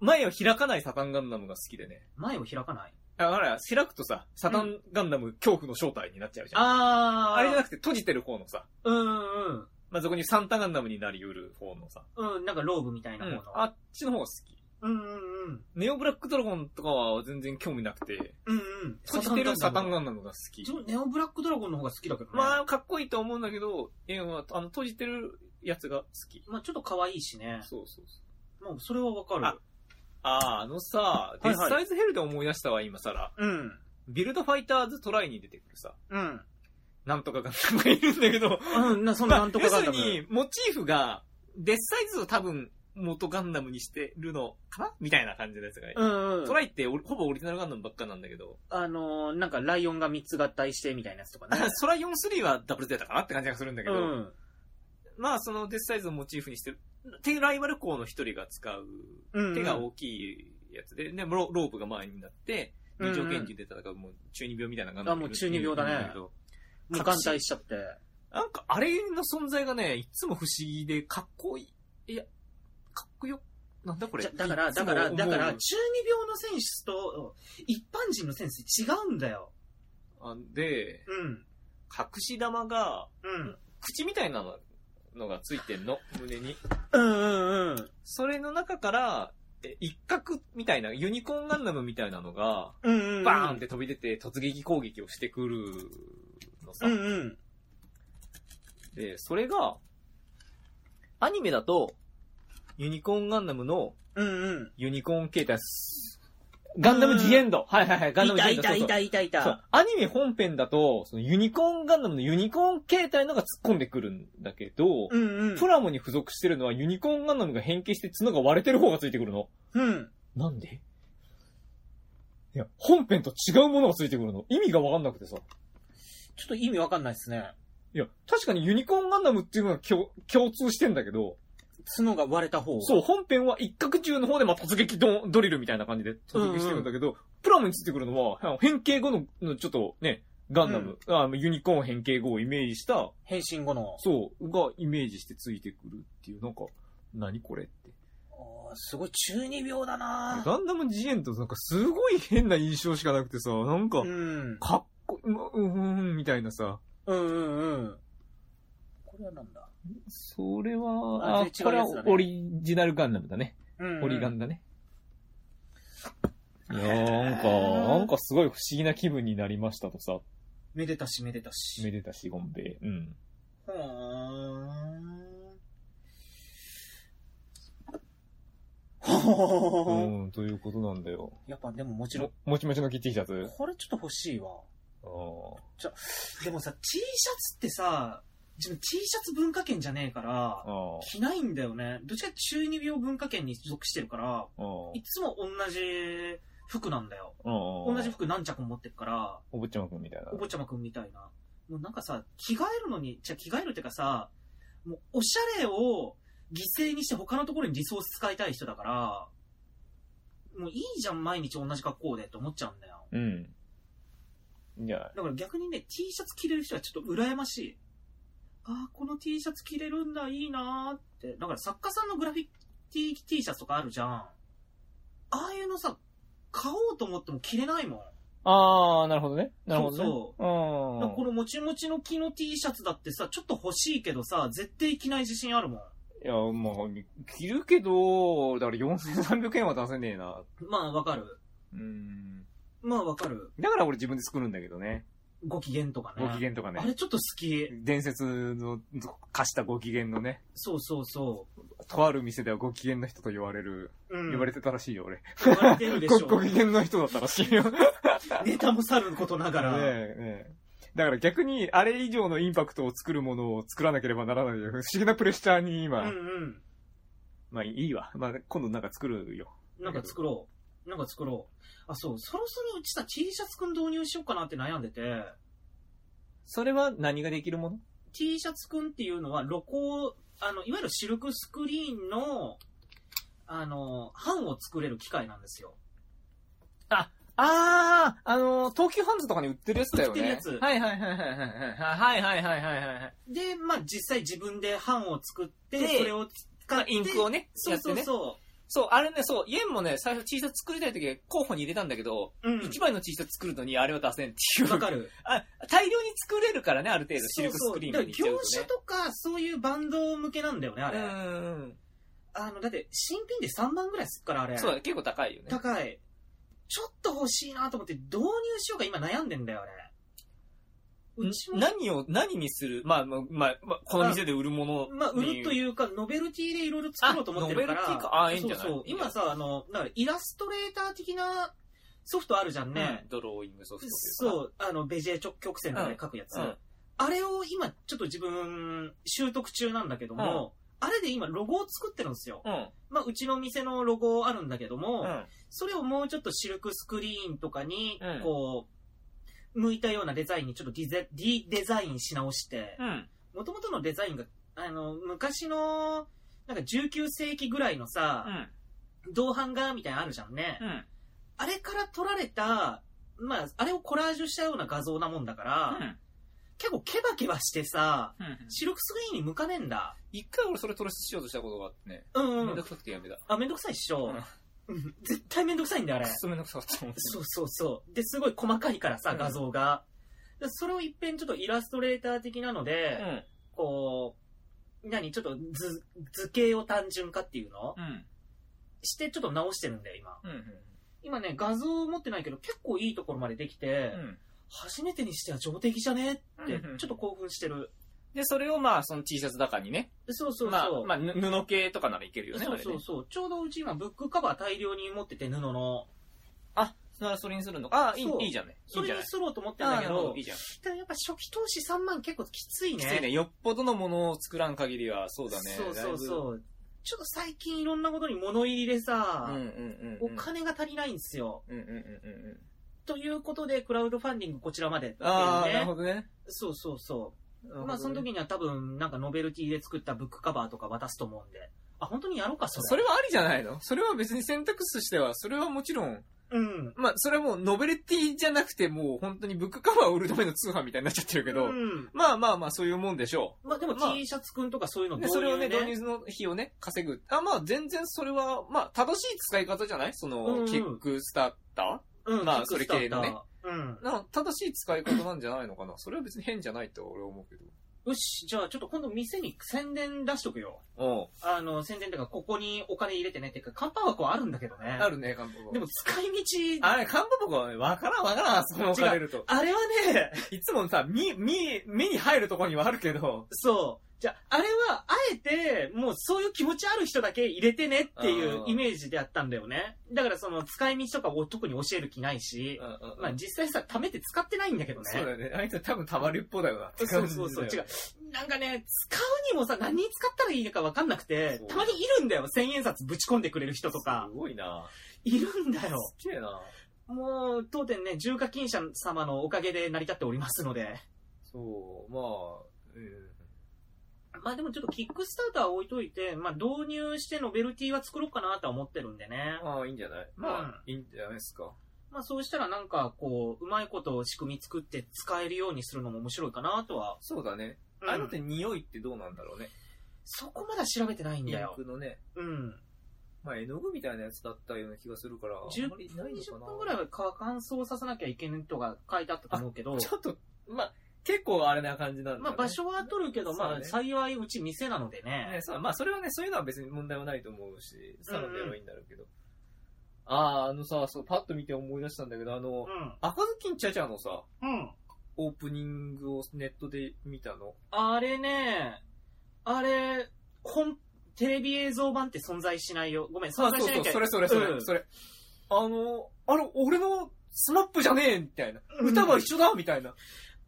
Speaker 1: 前を開かないサタンガンダムが好きでね。
Speaker 2: 前を開かない。
Speaker 1: だから、開くとさ、サタンガンダム恐怖の正体になっちゃうじゃん。
Speaker 2: あ
Speaker 1: あれじゃな
Speaker 2: く
Speaker 1: くて閉じてる方のさ、
Speaker 2: うんうん
Speaker 1: まあ、そこにサンタガンダムになり得る方のさ、
Speaker 2: うん。うん、なんかローブみたいな
Speaker 1: う
Speaker 2: 方の
Speaker 1: ん。あっちの方が好き。
Speaker 2: うんうんうん。
Speaker 1: ネオブラックドラゴンとかは全然興味なくて、
Speaker 2: うんうん。
Speaker 1: 閉じてるサタン
Speaker 2: ム。
Speaker 1: ガンダムが好き
Speaker 2: ち。ょネオブラックドラゴンの方が好きだけどね。ま
Speaker 1: ま
Speaker 2: あ、
Speaker 1: あ、かっこいいと思うんだけど、えは、あの、閉じてるやつが好き。
Speaker 2: ちょっと可愛いしね。
Speaker 1: そうそうそう。
Speaker 2: もうそれはわか
Speaker 1: あ
Speaker 2: る。
Speaker 1: ああ、あのさ、
Speaker 2: い
Speaker 1: デ
Speaker 2: はい
Speaker 1: スサイズヘルで思い出したわ、今さら。
Speaker 2: うん。
Speaker 1: ビルドファイターズトライに出てくるさ、
Speaker 2: うん。
Speaker 1: なんとかガンダムがいるんだけど、
Speaker 2: うん、な、そん
Speaker 1: ま
Speaker 2: な
Speaker 1: あ
Speaker 2: なんとかガンダム。
Speaker 1: 要するに、モチーフが、デスサイズを多分、元ガンダムにしてるのかなみたいな感じのやつがいる。
Speaker 2: うんうん
Speaker 1: ト。ライっておほぼオリジナルガンダムばっかなんだけど、
Speaker 2: あのーなんかライオンが3つ合体してみたいなやつとか ね。
Speaker 1: ソラ43はダブルゼータかなって感じがするんだけ
Speaker 2: う
Speaker 1: ど、
Speaker 2: ん。
Speaker 1: まあそのデスサイズをモチーフにしてる、っていうライバル校の一人が使う
Speaker 2: うんうん
Speaker 1: 手が大きいやつで、ね、ロロープが前になって、
Speaker 2: うんう
Speaker 1: 二
Speaker 2: ん
Speaker 1: 条拳銃で戦う、もう中二病みたいなガンダム
Speaker 2: あもう中二病だね
Speaker 1: いるんけど
Speaker 2: もう眼帯しちゃって。
Speaker 1: なんか、あれの存在がね、いつも不思議で、かっこいい。いや、かっこよ。なんだこれ。
Speaker 2: じゃだから、
Speaker 1: いつ
Speaker 2: だ
Speaker 1: も
Speaker 2: から、
Speaker 1: 思う
Speaker 2: だから、中二病のセンスと一般人のセンス違うんだよ。
Speaker 1: あで、
Speaker 2: うん。
Speaker 1: 隠し玉が、
Speaker 2: うん。
Speaker 1: 口みたいなのがついてんの、胸に。
Speaker 2: うんうんうん。
Speaker 1: それの中から、え一角みたいな、ユニコーンガンダムみたいなのが、
Speaker 2: うんうんうん。
Speaker 1: バーンって飛び出て突撃攻撃をしてくるのさ。
Speaker 2: うんうん。
Speaker 1: で、それが、アニメだと、ユニコーンガンダムの
Speaker 2: うんうん。
Speaker 1: ユニコーン形態す。ガンダムジエンド。はいはいはい、ガンダ
Speaker 2: い
Speaker 1: ムジ
Speaker 2: た
Speaker 1: エン
Speaker 2: い
Speaker 1: ド。
Speaker 2: たいた
Speaker 1: い
Speaker 2: いたいた。
Speaker 1: アニメ本編だと、そのユニコーンガンダムのユニコーン形態のが突っ込んでくるんだけど、
Speaker 2: うんうん
Speaker 1: プ。ラモに付属してるのはユニコーンガンダムが変形して角が割れてる方がついてくるの。
Speaker 2: うん。
Speaker 1: なんでいや、本編と違うものがついてくるの。意味がわかんなくてさ。
Speaker 2: ちょっと意味わかんないですね。
Speaker 1: いや、確かにユニコーンガンダムっていうのは共共通してんだけど、
Speaker 2: 角が割れた方。
Speaker 1: そう、本編は一角中の方で、まあ、突撃ドドリルみたいな感じで突撃してるんだけど、プラムについてくるのは、あの変形後の、のちょっとね、ガンダム、あユニコーン変形後をイメージした、
Speaker 2: 変身後の。
Speaker 1: そう、がイメージしてついてくるっていう、なんか、何これって。
Speaker 2: あーすごい中二病だな
Speaker 1: ガンダムジエンとなんかすごい変な印象しかなくてさ、なんか
Speaker 2: う、ん。
Speaker 1: かっこ、ううん、うん、みたいなさ。
Speaker 2: うんうんうん。これはなんだ
Speaker 1: それは、
Speaker 2: あ
Speaker 1: あ、
Speaker 2: 全
Speaker 1: これ
Speaker 2: 然違うや
Speaker 1: は
Speaker 2: つだね
Speaker 1: オリジナルガンダムだね。
Speaker 2: うんうん。
Speaker 1: オリガンだね。いやーなんか、なんかすごい不思議な気分になりましたとさ、
Speaker 2: めでたしめでたし。
Speaker 1: めでたしごんべ。うん。
Speaker 2: ほーん。ほお
Speaker 1: う
Speaker 2: ー
Speaker 1: ん、ということなんだよ。
Speaker 2: やっぱでももちろん
Speaker 1: も、もちもちのキッチンシャツ
Speaker 2: これちょっと欲しいわ。
Speaker 1: あー
Speaker 2: でもさ、T シャツってさ、自分 T シャツ文化圏じゃねえから、
Speaker 1: あー。
Speaker 2: 着ないんだよね。どっちかって中二病文化圏に属してるから、
Speaker 1: あー
Speaker 2: いつも同じ服なんだよ。
Speaker 1: あー。
Speaker 2: 同じ服何着も持ってるから、
Speaker 1: お坊ちゃまくんみたいな。
Speaker 2: おぼちゃまくんみたいな。もうなんかさ、着替えるのに、じゃあ着替えるってかさ、もうおしゃれを犠牲にして他のところにリソース使いたい人だから、もういいじゃん、毎日同じ格好でって思っちゃうんだよ。
Speaker 1: うん。いや、
Speaker 2: だから逆にね、T シャツ着れる人はちょっと羨ましい。ああ、この T シャツ着れるんだ、いいなーって。だから作家さんのグラフィティ T シャツとかあるじゃん。ああいうのさ、買おうと思っても着れないもん。
Speaker 1: あー、なるほどね。なるほどね。
Speaker 2: そうだからこ
Speaker 1: ん。
Speaker 2: のもちもちの木の T シャツだってさ、ちょっと欲しいけどさ、絶対着ない自信あるもん。
Speaker 1: いや、まあ、着るけど、だから4300円は出せねえな。
Speaker 2: まあわかる。
Speaker 1: うん。
Speaker 2: まあわかる。
Speaker 1: だから俺自分で作るんだけどね。
Speaker 2: ご機嫌とかね。
Speaker 1: ご機嫌とか
Speaker 2: あれ
Speaker 1: ね。
Speaker 2: ちょっと好き。
Speaker 1: 伝説の貸したご機嫌のね、
Speaker 2: そうそうそ
Speaker 1: とある店ではご機嫌の人と言われる、
Speaker 2: う。うん。
Speaker 1: 言われてたらしいよ、俺。
Speaker 2: 言われてるでし
Speaker 1: ご
Speaker 2: ょ。
Speaker 1: ご機嫌の人だったらしいよ。ね
Speaker 2: ネタもさることながら。
Speaker 1: え、ねえ。だから逆に、あれ以上のインパクトを作るものを作らなければならないよ。不思議なプレッシャーに
Speaker 2: う
Speaker 1: 今、
Speaker 2: んうん。
Speaker 1: まあいいわ。まあ今度なんか作るよ。
Speaker 2: なんか作ろう。なんか作ろう。あ、そう、そろそろうちさ、T シャツくん導入しようかなって悩んでて、
Speaker 1: それは何ができるもの
Speaker 2: T シャツくんっていうのは、露光、あの、いわゆるシルクスクリーンの、あの、版を作れる機械なんですよ。
Speaker 1: ああ、あのー、東急ハンズとかに売ってるやつだよね。
Speaker 2: 売ってるやつ
Speaker 1: はいはいはいはいはいはい。はいはいはいはいはいはい。
Speaker 2: で、まあ、実際自分で版を作って、
Speaker 1: で
Speaker 2: それを使って、
Speaker 1: インクを
Speaker 2: ね、
Speaker 1: ね、
Speaker 2: そ
Speaker 1: や
Speaker 2: う
Speaker 1: って
Speaker 2: そう
Speaker 1: ね。
Speaker 2: そ
Speaker 1: そう、あれね、そう、イエンもね、最初 T シャツ作りたい時は候補に入れたんだけど、
Speaker 2: う。うん。
Speaker 1: 一枚の T シャツ作るのにあれは出せんっていう。
Speaker 2: わかる。
Speaker 1: あ、大量に作れるからね、ある程度、シ
Speaker 2: そ
Speaker 1: ル
Speaker 2: う
Speaker 1: ク
Speaker 2: そ
Speaker 1: ス
Speaker 2: う。
Speaker 1: クリ
Speaker 2: だ
Speaker 1: ー
Speaker 2: か
Speaker 1: ンに
Speaker 2: ら業
Speaker 1: 行っちゃう
Speaker 2: 者とか、そういうバンド向けなんだよね、あ
Speaker 1: と
Speaker 2: れ。
Speaker 1: ね。うんうんうん。
Speaker 2: あの、だって、新品で3万ぐらいすっから、あれ。
Speaker 1: そうだ、結構高いよね。
Speaker 2: 高い。ちょっと欲しいなと思って導入しようか今悩んでんだよ、俺。うちも、
Speaker 1: 何を、何にするまあ、まあ、まあ、まあこの店で売るもの。
Speaker 2: まあ、売るというか、ノベルティでいろいろ作ろうと思ってるから。
Speaker 1: あノベルティかあいいんじゃない
Speaker 2: そうそう。今さ、あの、だからイラストレーター的なソフトあるじゃん
Speaker 1: ね
Speaker 2: ね。。
Speaker 1: ドローイングソフト。
Speaker 2: そうう、あの、ベジェ直曲線とかで書くやつ。
Speaker 1: うん
Speaker 2: あれを今、ちょっと自分、習得中なんだけども、あれで今、ロゴを作ってるんですよ。
Speaker 1: うん。
Speaker 2: まあ、うちの店のロゴあるんだけども、
Speaker 1: うん。
Speaker 2: それをもうちょっとシルクスクリーンとかに
Speaker 1: うん、
Speaker 2: こう、向いたようなデザインにちょっとディゼディデザインし直して、
Speaker 1: うん。
Speaker 2: 元々のデザインが、あの、昔の、なんか19世紀ぐらいのさ、銅版画みたいなのあるじゃんね。
Speaker 1: うん。
Speaker 2: あれから撮られた、まあ、あれをコラージュしたような画像なもんだから、
Speaker 1: うん
Speaker 2: 結構ケバケバしてさ、
Speaker 1: うん
Speaker 2: シルクスクリーンに向かねえんだ。
Speaker 1: 一回俺それトレスしようとしたことがあってね。
Speaker 2: うん、
Speaker 1: め
Speaker 2: うん
Speaker 1: ど
Speaker 2: ん。
Speaker 1: くさくてやめた。
Speaker 2: あ、めんどくさいっしょ。うん絶対めんどくさいんだよ、あれ
Speaker 1: く。そめんどくさかったもん。
Speaker 2: そうそうそう。で、すごい細かいからさ、
Speaker 1: うん
Speaker 2: 画像が。でそれを一遍ちょっとイラストレーター的なので、
Speaker 1: うん。
Speaker 2: こう、何、ちょっと図、図形を単純化っていうの
Speaker 1: うん。
Speaker 2: してちょっと直してるんだよ、今。
Speaker 1: うん。
Speaker 2: 今ね、画像持ってないけど結構いいところまでできて、
Speaker 1: うん。
Speaker 2: 初めてにしては上出来じゃねって
Speaker 1: うんう、ん
Speaker 2: ちょっと興奮してる。
Speaker 1: で、それをまあ、その T シャツだかにね。
Speaker 2: でそうそうそう。
Speaker 1: まあ、まあ、ぬ布系とかならいけるよね、
Speaker 2: そうそうそう。ちょうどうち今、ブックカバー大量に持ってて、布の。
Speaker 1: あれね。それにするのか。あ、い
Speaker 2: そう
Speaker 1: い、いいじゃんね。いいん
Speaker 2: そ
Speaker 1: じ
Speaker 2: れ
Speaker 1: ゃな
Speaker 2: に
Speaker 1: い
Speaker 2: すろうと思ってん
Speaker 1: あ
Speaker 2: だ
Speaker 1: あ
Speaker 2: け
Speaker 1: なるほ
Speaker 2: ど
Speaker 1: どいい、じゃん。
Speaker 2: でもやっぱ初期投資3万結構きついね。
Speaker 1: きついね。よっぽどのものを作らん限りは、そうだね。
Speaker 2: そうそう
Speaker 1: う。
Speaker 2: そう。ちょっと最近いろんなことに物入りで
Speaker 1: うん
Speaker 2: さ、
Speaker 1: うんうん。
Speaker 2: お。金が足りないんですよ。
Speaker 1: うんうんうんうんうん。
Speaker 2: ということで、クラウドファンディングこちらまでっていう
Speaker 1: ああ、なる
Speaker 2: ね
Speaker 1: ほ。どね。
Speaker 2: そうそうそう。まあその時には多分、なんかノベルティで作ったブックカバーとか渡すと思うんで。あ、本当にやろうか、それ。
Speaker 1: それはありじゃないのそれは別に選択肢としては、それはもちろん、
Speaker 2: うん。
Speaker 1: まあ、それはもう、ノベルティじゃなくて、もう本当にブックカバーを売るための通販みたいになっちゃってるけど、
Speaker 2: うん。
Speaker 1: まあまあまあ、そういうもんでしょ
Speaker 2: まあでも
Speaker 1: まあ
Speaker 2: T シャツくんとかそういうの
Speaker 1: う。
Speaker 2: 導
Speaker 1: で、
Speaker 2: 入、ね、
Speaker 1: それをね、導入の費をね、稼ぐ。あ、まあ、全然それは、まあ、正しい使い方じゃないそ
Speaker 2: うんう
Speaker 1: の、
Speaker 2: ん
Speaker 1: キックスタータ
Speaker 2: うん、
Speaker 1: まあ
Speaker 2: キックスターター
Speaker 1: それ系のね。
Speaker 2: うん
Speaker 1: ー。な正しい使い方なんじゃないのかなそれは別に変じゃないと俺は思うけど。
Speaker 2: よし、じゃあちょっと今度店に宣伝出しとくよ。
Speaker 1: おう
Speaker 2: あの、宣伝とか、ここにお金入れてねっていうか、カンパ箱はあるんだけどね。
Speaker 1: あるね、韓国
Speaker 2: でも、使い道、あ
Speaker 1: あれ、韓国はね、わからんわからん、あそこに置かれると。
Speaker 2: れはね、
Speaker 1: いつもさ、み、み、目に入るところにはあるけど、
Speaker 2: そじゃあ、あれは、あえて、もうそういう気持ちある人だけ入れてねっていう
Speaker 1: あー
Speaker 2: イメージでやったんだよね。だからその使い道とかを特に教える気ないし、
Speaker 1: うんうん
Speaker 2: まあ実際さ、貯めて使ってないんだけどね。
Speaker 1: そうだよね。あいつは多分たまりっぽだよなって
Speaker 2: そ
Speaker 1: 感
Speaker 2: う
Speaker 1: じだよ
Speaker 2: そう
Speaker 1: ね。
Speaker 2: そう、違う。なんかね、使うにもさ、何に使ったらいいのか分かんなくて
Speaker 1: そう、
Speaker 2: たまにいるんだよ。千円札ぶち込んでくれる人とか。
Speaker 1: すごいない
Speaker 2: るんだよ。
Speaker 1: すげえな
Speaker 2: もう、当店ね、重課金者様のおかげで成り立っておりますので。
Speaker 1: そう、まあ、うん。
Speaker 2: まあでもちょっとキックスターターは置いといて、まあ導入してノベルティは作ろうかなとは思ってるんでね。
Speaker 1: まあ、いいんじゃないまあ、いいんじゃないですか。
Speaker 2: まあそうしたらなんかこう、うまいこと仕組み作って使えるようにするのも面白いかなとは。
Speaker 1: そうだね。
Speaker 2: うん
Speaker 1: あれだって匂いってどうなんだろうね。
Speaker 2: そこまだ調べてないん
Speaker 1: イ
Speaker 2: だ
Speaker 1: ン
Speaker 2: よ
Speaker 1: ク。のね。
Speaker 2: うん。
Speaker 1: まあ、絵の具みたいなやつだったような気がするから、あ
Speaker 2: 10
Speaker 1: んまりないの
Speaker 2: 20
Speaker 1: かな。
Speaker 2: 分ぐらいは乾燥させなきゃいけないとか書いてあったと思うけど、
Speaker 1: ちょっと、まあ、結構あれな感じなんだ、ね。
Speaker 2: まあ場所は取るけど、
Speaker 1: そうね
Speaker 2: まあ幸いうち店なのでね
Speaker 1: ね、。そうまあ、それはね、そういうのは別に問題はないと思うし、サラダやればいいんだろうけど。ああ、あのさ、そう、パッと見て思い出したんだけど、あの、赤ずきんちゃちゃのさ、
Speaker 2: うん。うん。
Speaker 1: オープニングをネットで見たの。
Speaker 2: あれね、あれ、本、テレビ映像版って存在しないよ。ごめん、存在しなきゃ。
Speaker 1: それそれそれ、
Speaker 2: うん
Speaker 1: それ。あの、あれ、俺のスマップじゃねえみたいな。
Speaker 2: うん
Speaker 1: 歌が一緒だみたいな。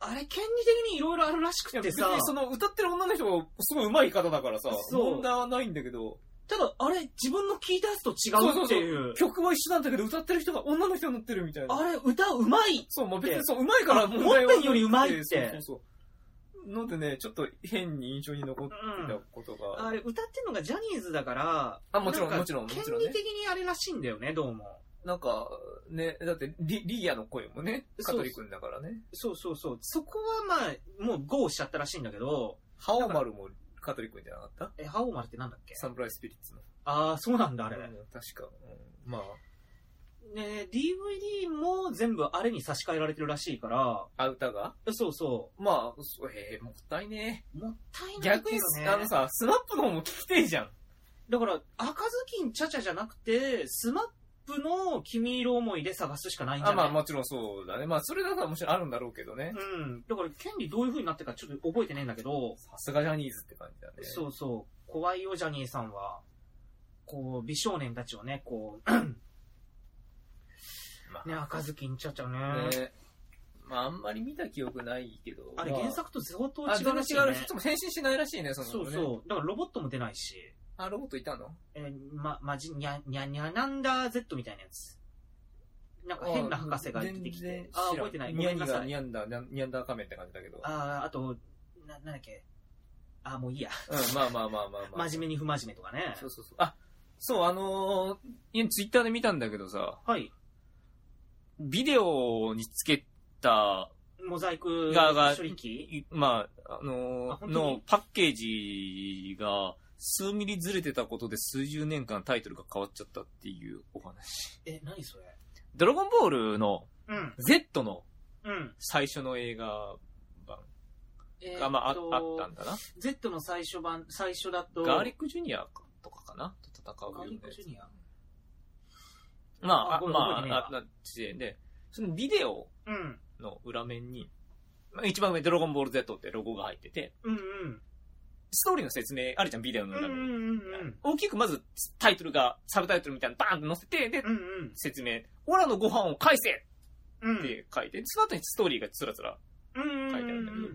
Speaker 2: あれ、権利的にいろいろあるらしく
Speaker 1: いや、
Speaker 2: て
Speaker 1: 別
Speaker 2: さ
Speaker 1: に、その歌ってる女の人がすごい上手い方だからさ、
Speaker 2: そう
Speaker 1: 問題はないんだけど、
Speaker 2: ただ、あれ、自分の聞いたやつと違うっていう。
Speaker 1: 曲は一緒なんだけど、歌ってる人が女の人になってるみたいな。
Speaker 2: あれ、歌うまい
Speaker 1: そう、まあ、別にそう、うまいから問題は
Speaker 2: もっぺんよりうまいって
Speaker 1: そうそうそう。のでね、ちょっと変に印象に残ってたことが。
Speaker 2: あれ、歌ってんのがジャニーズだから、
Speaker 1: あもちろん
Speaker 2: なか
Speaker 1: もちろんもちろんね
Speaker 2: 権利的にあれらしいんだよね、どうも。
Speaker 1: なんか、ね、だってリ、リーヤの声もね、カ
Speaker 2: そう
Speaker 1: トリ君だからね。
Speaker 2: そうそうそう。そこはまあ、もうゴーしちゃったらしいんだけど、
Speaker 1: ハオマルもカトリ君じゃなかった
Speaker 2: え、ハオマルってなんだっけ
Speaker 1: サンプライスピリッツの。
Speaker 2: ああ、そうなんだ、あれ。
Speaker 1: うん
Speaker 2: ね
Speaker 1: 確か。うんま
Speaker 2: え DVD も全部あれに差し替えられてるらしいから、
Speaker 1: あ、あ、歌が
Speaker 2: そうそ
Speaker 1: まあ、そうえー、もったいね。
Speaker 2: う。もったいない
Speaker 1: 逆
Speaker 2: け
Speaker 1: に
Speaker 2: ど、ね。
Speaker 1: あのさ、スナップの方も聞きてえじゃん。
Speaker 2: だから、赤ずきんちゃちゃじゃなくて、スマップの君色思いで探すしかないんじ
Speaker 1: あ、
Speaker 2: ゃない
Speaker 1: まあ、もちろんそうだね。まあ、それだったらもちろんあるんだろうけどね。
Speaker 2: うん。だから、権利どういう風になってるかちょっと覚えてねえんだけど、
Speaker 1: さすがジャニーズって感じだね。
Speaker 2: そうそう、怖いよ、ジャニーさんは。こう、美少年たちをね、こ
Speaker 1: まあ
Speaker 2: う、ね、赤ずきんちゃちゃね。
Speaker 1: ね。まあ、あんまり見た記憶ないけど。
Speaker 2: あれ、
Speaker 1: ま
Speaker 2: 原作と相当
Speaker 1: あ、
Speaker 2: 違
Speaker 1: 全
Speaker 2: うらしい、
Speaker 1: 然違うらしい。
Speaker 2: ね
Speaker 1: い。つも変身しないらしいね、その、ね。
Speaker 2: そうそう。だからロボットも出ないし、
Speaker 1: あ、ロボットいたの
Speaker 2: えーま、まじ、にゃ、にゃ、にゃ、なんだ Z みたいなやつ。なんか変な博士が出てきて。あー、覚えてない。ご
Speaker 1: ニャ
Speaker 2: めん
Speaker 1: ン
Speaker 2: な
Speaker 1: ダ
Speaker 2: さ
Speaker 1: ー、
Speaker 2: い。
Speaker 1: ニャンダー、ニャンダー仮面って感じだけど。
Speaker 2: あー、あと、な、なんだっけ。あー、もういいや。
Speaker 1: うん、まあまあまあまあまあ。
Speaker 2: 真面目に不真面目とかね。
Speaker 1: そうそうそう。あ、そう、あのー、ツイッターで見たんだけどさ、
Speaker 2: はい。
Speaker 1: ビデオにつけた、
Speaker 2: モザイク
Speaker 1: がが
Speaker 2: 処理機
Speaker 1: いまあ、あ
Speaker 2: あ
Speaker 1: のー
Speaker 2: 本当に
Speaker 1: のパッケージが、数ミリずれてたことで数十年間タイトルが変わっちゃったっていうお話。
Speaker 2: え、何それ
Speaker 1: ドラゴンボールの
Speaker 2: うん。
Speaker 1: Z の
Speaker 2: うん。
Speaker 1: 最初の映画版
Speaker 2: え
Speaker 1: が、まあ、ああった
Speaker 2: ん
Speaker 1: んだな。
Speaker 2: Z の最初版、最初だと、
Speaker 1: ガーリックジュニアとかかなと戦うような
Speaker 2: ガーリック
Speaker 1: やつ
Speaker 2: ジュニア
Speaker 1: まあ、
Speaker 2: あ
Speaker 1: あ
Speaker 2: ごめん
Speaker 1: ま
Speaker 2: 覚えてねえ
Speaker 1: あ
Speaker 2: わ
Speaker 1: あ、な地点で、そのビデオ
Speaker 2: うん。
Speaker 1: の裏面に、まあ、一番上、ドラゴンボール Z ってロゴが入ってて、
Speaker 2: うん
Speaker 1: ストーリーの説明あるじゃん、ビデオ
Speaker 2: うん。
Speaker 1: の
Speaker 2: うんう
Speaker 1: 裏面に。
Speaker 2: んうんうん。
Speaker 1: 大きくまずタイトルが、サブタイトルみたいなのバーンと載せて、で
Speaker 2: う、んうん。
Speaker 1: 説明、オラのご飯を返せっ
Speaker 2: うん。
Speaker 1: て書いて、その後にストーリーがつらつら、
Speaker 2: うん。
Speaker 1: 書いてあるんだけど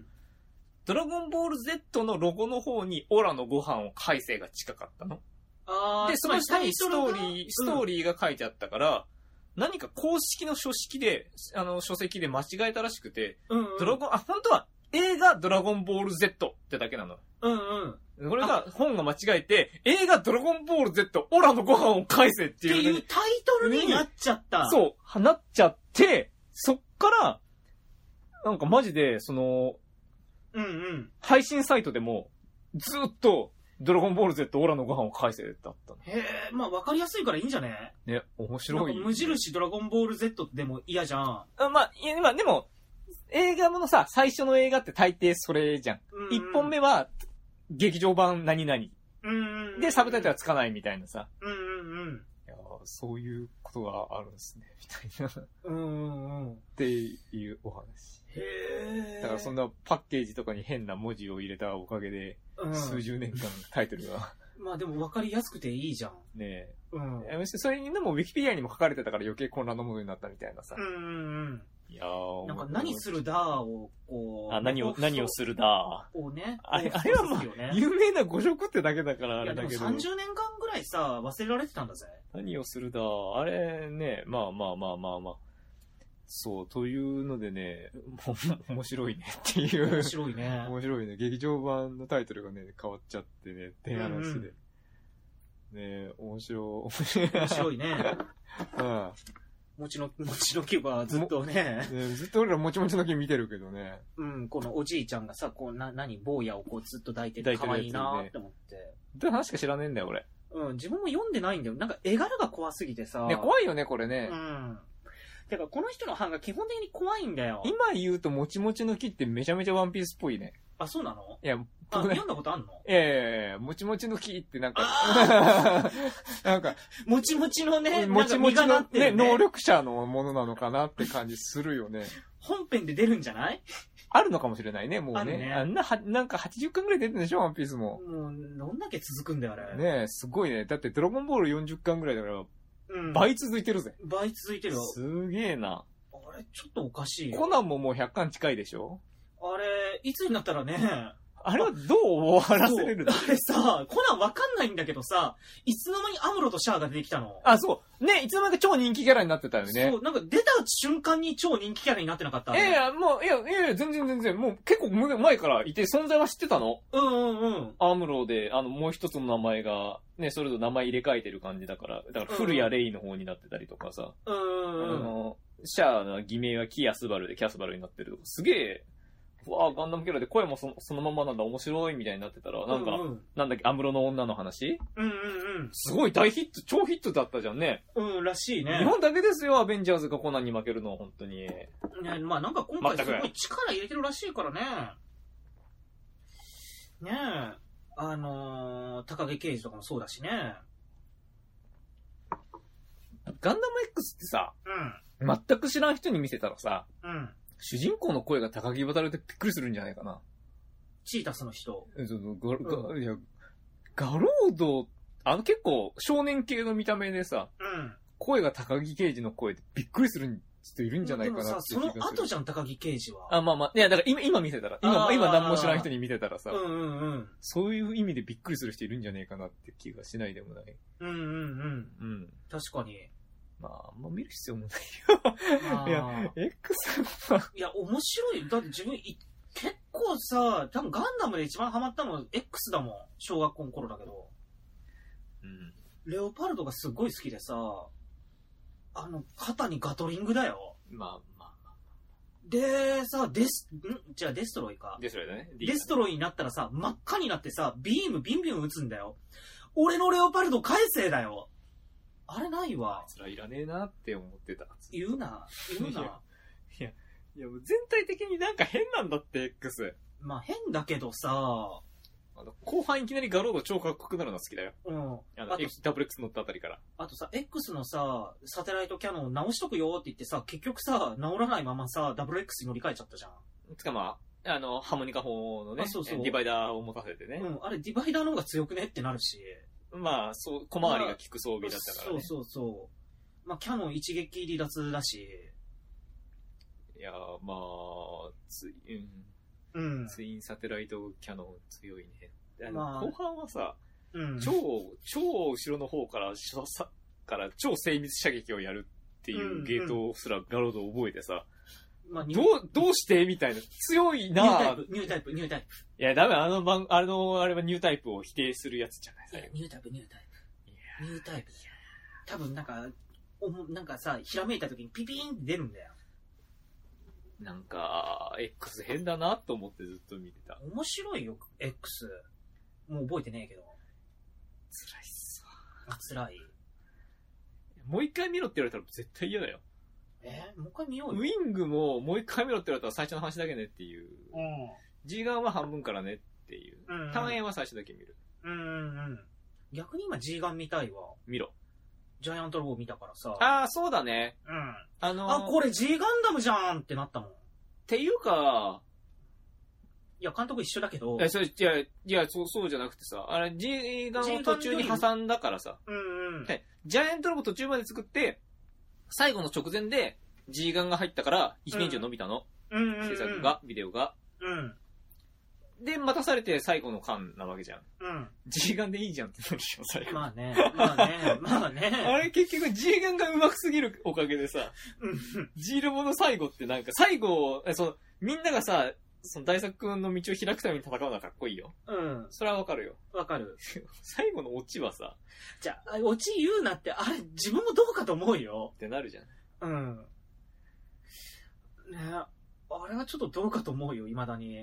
Speaker 1: ドラゴンボール Z のロゴの方に、オラのご飯を返せが近かったの。
Speaker 2: あー
Speaker 1: で、その下にストー
Speaker 2: タイ
Speaker 1: リー、ス
Speaker 2: ルが
Speaker 1: トーリーが書いてあったから、何か公式の書式で、あの、書籍で間違えたらしくて、
Speaker 2: うんうん
Speaker 1: ドラゴン、あ、本当は映画ドラゴンボール Z ってだけなの。
Speaker 2: うんうん。っ
Speaker 1: これが、本が間違えて、映画ドラゴンボール Z、オラのご飯を返せって
Speaker 2: て
Speaker 1: いうの
Speaker 2: いう
Speaker 1: に、
Speaker 2: タイトルになっちゃった。う。
Speaker 1: そう、放っちゃって、そっから、なんかマジで、その、
Speaker 2: うんうん。
Speaker 1: 配信サイトでも、ずっと、ドラゴンボール Z、オラのご飯を返せだったの。
Speaker 2: へえ、まあ分かりやすいからいいんじゃね
Speaker 1: ね、面
Speaker 2: なん
Speaker 1: 白
Speaker 2: か
Speaker 1: い。
Speaker 2: 無印ドラゴンボール Z でも嫌じゃん。
Speaker 1: あまあ、いや、まあ、でも、映画ものさ、最初の映画って大抵それじゃん。
Speaker 2: うんうん
Speaker 1: 一、本目は、劇場版何々。
Speaker 2: うんうんうん。
Speaker 1: で、サブタイトルはつかないみたいなさ。
Speaker 2: うんうん
Speaker 1: いやーそういうことがあるんですね、みたいな。っ
Speaker 2: うん。うんうんうん。
Speaker 1: ていうお話。
Speaker 2: へえ。
Speaker 1: だからそんなパッケージとかに変な文字を入れたおかげで、
Speaker 2: うん
Speaker 1: 数十年間タイトルが。
Speaker 2: まあでも分かりやすくていいじゃん。
Speaker 1: ねえ
Speaker 2: うん。うん
Speaker 1: いや。むしろそれにでもウィキペディアにも書かれてたから余計混乱のものになったみたいなさ。
Speaker 2: うん
Speaker 1: いや
Speaker 2: うん。
Speaker 1: ー
Speaker 2: なんか何するだを、こう。
Speaker 1: あ、何を、何をするだ。
Speaker 2: をね。
Speaker 1: あれ
Speaker 2: こう
Speaker 1: あれはまあ
Speaker 2: そうですよね
Speaker 1: 有名な誤植ってだけだからあ
Speaker 2: いや
Speaker 1: れ
Speaker 2: で
Speaker 1: だ
Speaker 2: も
Speaker 1: けど。
Speaker 2: 30年間ぐらいさ、忘れられてたんだ ぜ。
Speaker 1: 何をするだ。あれね、まあまあまあまあまあ。そう、というのでね、 もう面白いねっていう。
Speaker 2: 面白いね。
Speaker 1: 面白いね。劇場版のタイトルがね、変わっちゃってね、って話で。ね面白、面白い。
Speaker 2: 面白いね。
Speaker 1: うん
Speaker 2: もちの、 もちの木はずっとね、
Speaker 1: ねずっと俺らもちもちの木見てるけどね。
Speaker 2: うん、このおじいちゃんがさ、こう、な、何、坊やをこうずっと抱いて
Speaker 1: 抱い
Speaker 2: て、
Speaker 1: てる
Speaker 2: 可
Speaker 1: やつ
Speaker 2: 愛
Speaker 1: ね
Speaker 2: いなーって思って。
Speaker 1: どういう話か知らねえんだよ、俺。
Speaker 2: うん、自分も読んでないんだよ。なんか絵柄が怖すぎてさ。
Speaker 1: ね、怖いよね、これね。
Speaker 2: うん。てか、この人の版が基本的に怖いんだよ。
Speaker 1: 今言うと、もちもちの木ってめちゃめちゃワンピースっぽいね。
Speaker 2: あ、そうなの
Speaker 1: いや、
Speaker 2: あ、
Speaker 1: 僕ね
Speaker 2: 読んだこと あんの
Speaker 1: いやいやいや、もちもちの木ってなんか、 なんか、
Speaker 2: もちもちのね、
Speaker 1: もちもち
Speaker 2: な
Speaker 1: の
Speaker 2: んか身がなって
Speaker 1: ね、
Speaker 2: るね
Speaker 1: 能力者のものなのかなって感じするよね。
Speaker 2: 本編で出るんじゃない
Speaker 1: あるのかもしれないね、もう
Speaker 2: あ
Speaker 1: ね。
Speaker 2: るね
Speaker 1: あんなは、なんか80巻ぐらい出てるでしょ、ワンピースも。
Speaker 2: もう、どんだけ続くんだよ、あれ。
Speaker 1: ねえ、すごいね。だってドラゴンボール40巻ぐらいだから、
Speaker 2: うん。
Speaker 1: 倍続いてるぜ。
Speaker 2: 倍続いてるよ。
Speaker 1: すげえな。
Speaker 2: あれ、ちょっとおかしいよ。
Speaker 1: コナンももう100巻近いでしょ
Speaker 2: あれ、いつになったらね、
Speaker 1: あれはどう終わらせれるの
Speaker 2: そうあれさ、コナンわかんないんだけどさ、いつの間にアムロとシャアが出てきたの
Speaker 1: あ、そう。ね、いつの間にか超人気キャラになってたよね
Speaker 2: そ。う、なんか出た瞬間に超人気キャラになってなかった
Speaker 1: いやいや、もう、いや、いやいや、全然全然、もう結構む前からいて、存在は知ってたの
Speaker 2: うんうんうん。
Speaker 1: アムロで、あの、もう一つの名前が、ね、それぞれ名前入れ替えてる感じだから、だから、古谷レイの方になってたりとかさ、
Speaker 2: うん
Speaker 1: あ
Speaker 2: うんうん。
Speaker 1: の、シャアの偽名はキアスバルでキャスバルになってるとか、すげえ、うわあガンダムキャラで声もそのそのままなんだ、面白いみたいになってたら、なんか、
Speaker 2: うんうん
Speaker 1: なんだっけ、アムロの女の話
Speaker 2: うんうん
Speaker 1: すごい大ヒット、超ヒットだったじゃんね。
Speaker 2: うん。うん、らしいね。
Speaker 1: 日本だけですよ、アベンジャーズがコナンに負けるの、本当に。
Speaker 2: ね、まあなんか今回
Speaker 1: 全
Speaker 2: す
Speaker 1: く
Speaker 2: ごい力入れてるらしいからね。ねえ。あのー、高木刑事とかもそうだしね。
Speaker 1: ガンダム X ってさ、
Speaker 2: う
Speaker 1: 全く知らん人に見せたらさ、
Speaker 2: ん。うん。
Speaker 1: 主人公の声が高木渡るってびっくりするんじゃないかな。
Speaker 2: チータスの人。
Speaker 1: えそのガガいやガロード、あの結構少年系の見た目でさ、
Speaker 2: うん。
Speaker 1: 声が高木刑事の声でびっくりする人いるんじゃないか
Speaker 2: で
Speaker 1: な
Speaker 2: も
Speaker 1: っ
Speaker 2: さ、
Speaker 1: て
Speaker 2: そ
Speaker 1: いう気
Speaker 2: の
Speaker 1: がする。
Speaker 2: 後じゃん、高木刑事は。
Speaker 1: あ、まあまあ、いや、だから今、今見せたら、今、
Speaker 2: あー
Speaker 1: 今何も知らん人に見せたらさ、
Speaker 2: うんうんうん。
Speaker 1: そういう意味でびっくりする人いるんじゃないかなって気がしないでもない。
Speaker 2: うんうんうん。
Speaker 1: うん。
Speaker 2: 確かに。
Speaker 1: まあ、あんま見る必要もない。
Speaker 2: あー
Speaker 1: いや、X は、
Speaker 2: いや、面白い。だって自分い、結構さ、多分ガンダムで一番ハマったの X だもん。小学校の頃だけど。
Speaker 1: うん。
Speaker 2: レオパルドがすごい好きでさ、あの、肩にガトリングだよ。
Speaker 1: まあまあ。
Speaker 2: で、さ、デス、んじゃあデストロイか。
Speaker 1: デストロイだね。
Speaker 2: デストロイになったらさ、真っ赤になってさ、ビームビンビン撃つんだよ。俺のレオパルド返せだよ。あれないわ
Speaker 1: あい。つらいらねえなって思ってた。
Speaker 2: 言うな、言うな。
Speaker 1: いや、全体的になんか変なんだって、X。
Speaker 2: まあ変だけどさ、
Speaker 1: あの、後半いきなりガロード超かっこよくなるの好きだよ。
Speaker 2: うん。
Speaker 1: あの、
Speaker 2: あと
Speaker 1: X- ダブル X 乗ったあたりから。
Speaker 2: あとさ、X のさ、サテライトキャノン直しとくよって言ってさ、結局さ、直らないままさ、WX に乗り換えちゃったじゃん。
Speaker 1: つかまあ、あの、ハーモニカ法のね、
Speaker 2: あそうそう
Speaker 1: ディバイダーを持たせてね
Speaker 2: う。ん、あれディバイダーの方が強くねってなるし。
Speaker 1: まあ、そう、小回りが効く装備だったからね。
Speaker 2: そうそうそう。まあ、キャノン一撃離脱だし。
Speaker 1: いや、まあ、ツイン、
Speaker 2: うん。
Speaker 1: ツインサテライトキャノン強いね。あの
Speaker 2: まあ
Speaker 1: 後半はさ、
Speaker 2: うん。
Speaker 1: 超、超後ろの方から、しょさから超精密射撃をやるってい
Speaker 2: んう
Speaker 1: うんゲートすらガロード覚えてさ、
Speaker 2: まあ、ニュ
Speaker 1: ど
Speaker 2: ー
Speaker 1: う、どうしてみたいな。強い
Speaker 2: ニュータ
Speaker 1: な
Speaker 2: イプ、ニュータイプ、ニュータイ
Speaker 1: いや、ダメ、あの番、あの、あれはニュータイプを否定するやつじゃない
Speaker 2: プ。いや、
Speaker 1: 最後
Speaker 2: ニュータイプ、ニュータイプ。ニュータイプ。多分なんか、おもなんかさ、ひらめいた時にピピーンって出るんだよ。
Speaker 1: なんか、X 変だなと思ってずっと見てた。
Speaker 2: 面白いよ、X。もう覚えてねえけど。
Speaker 1: 辛いっすわ。
Speaker 2: あ、辛い。
Speaker 1: もう一回見ろって言われたら絶対嫌だよ。
Speaker 2: えもう一回見よう
Speaker 1: ウ
Speaker 2: よ。
Speaker 1: ィングももう一回見ろって言われたら最初の話だけねっていう。
Speaker 2: うん。
Speaker 1: G ガンは半分からねっていう。
Speaker 2: うんうん
Speaker 1: 単円は最初だけ見る。
Speaker 2: うんうんうん。逆に今 G ガン見たいわ。
Speaker 1: 見ろ。
Speaker 2: ジャイアントロボ見たからさ。
Speaker 1: ああ、そうだね。
Speaker 2: うん。
Speaker 1: あのー
Speaker 2: あ、これ G ガンダムじゃんってなったもん。
Speaker 1: っていうか、
Speaker 2: いや、監督一緒だけど
Speaker 1: い、や、それ、いや、いや、そう、そうじゃなくてさ、あれ、G ガンを途中に挟んだからさ、
Speaker 2: うんうん。
Speaker 1: ねジャイアントロボ途中まで作って、最後の直前で G ガンが入ったから、1年以上伸びたの、
Speaker 2: うんうんうん
Speaker 1: 制作が、ビデオが。
Speaker 2: うん。
Speaker 1: で、待たされて最後の巻なわけじゃん。
Speaker 2: うん。
Speaker 1: G ガンでいいじゃんってなるでしょ、最後。
Speaker 2: まあね、まあね、まあね。
Speaker 1: あれ結局 G ガンが上手くすぎるおかげでさ、
Speaker 2: うん。
Speaker 1: G ロボの最後ってなんか最後、えその、みんながさ、その大作君の道を開くために戦うのはかっこいいよ。
Speaker 2: うん。
Speaker 1: それはわかるよ。
Speaker 2: わかる。
Speaker 1: 最後のオチはさ、
Speaker 2: じゃあ、オチ言うなって、あれ、自分もどうかと思うよ
Speaker 1: っ。てなるじゃん。
Speaker 2: うん。ねあれはちょっとどうかと思うよ、未だに。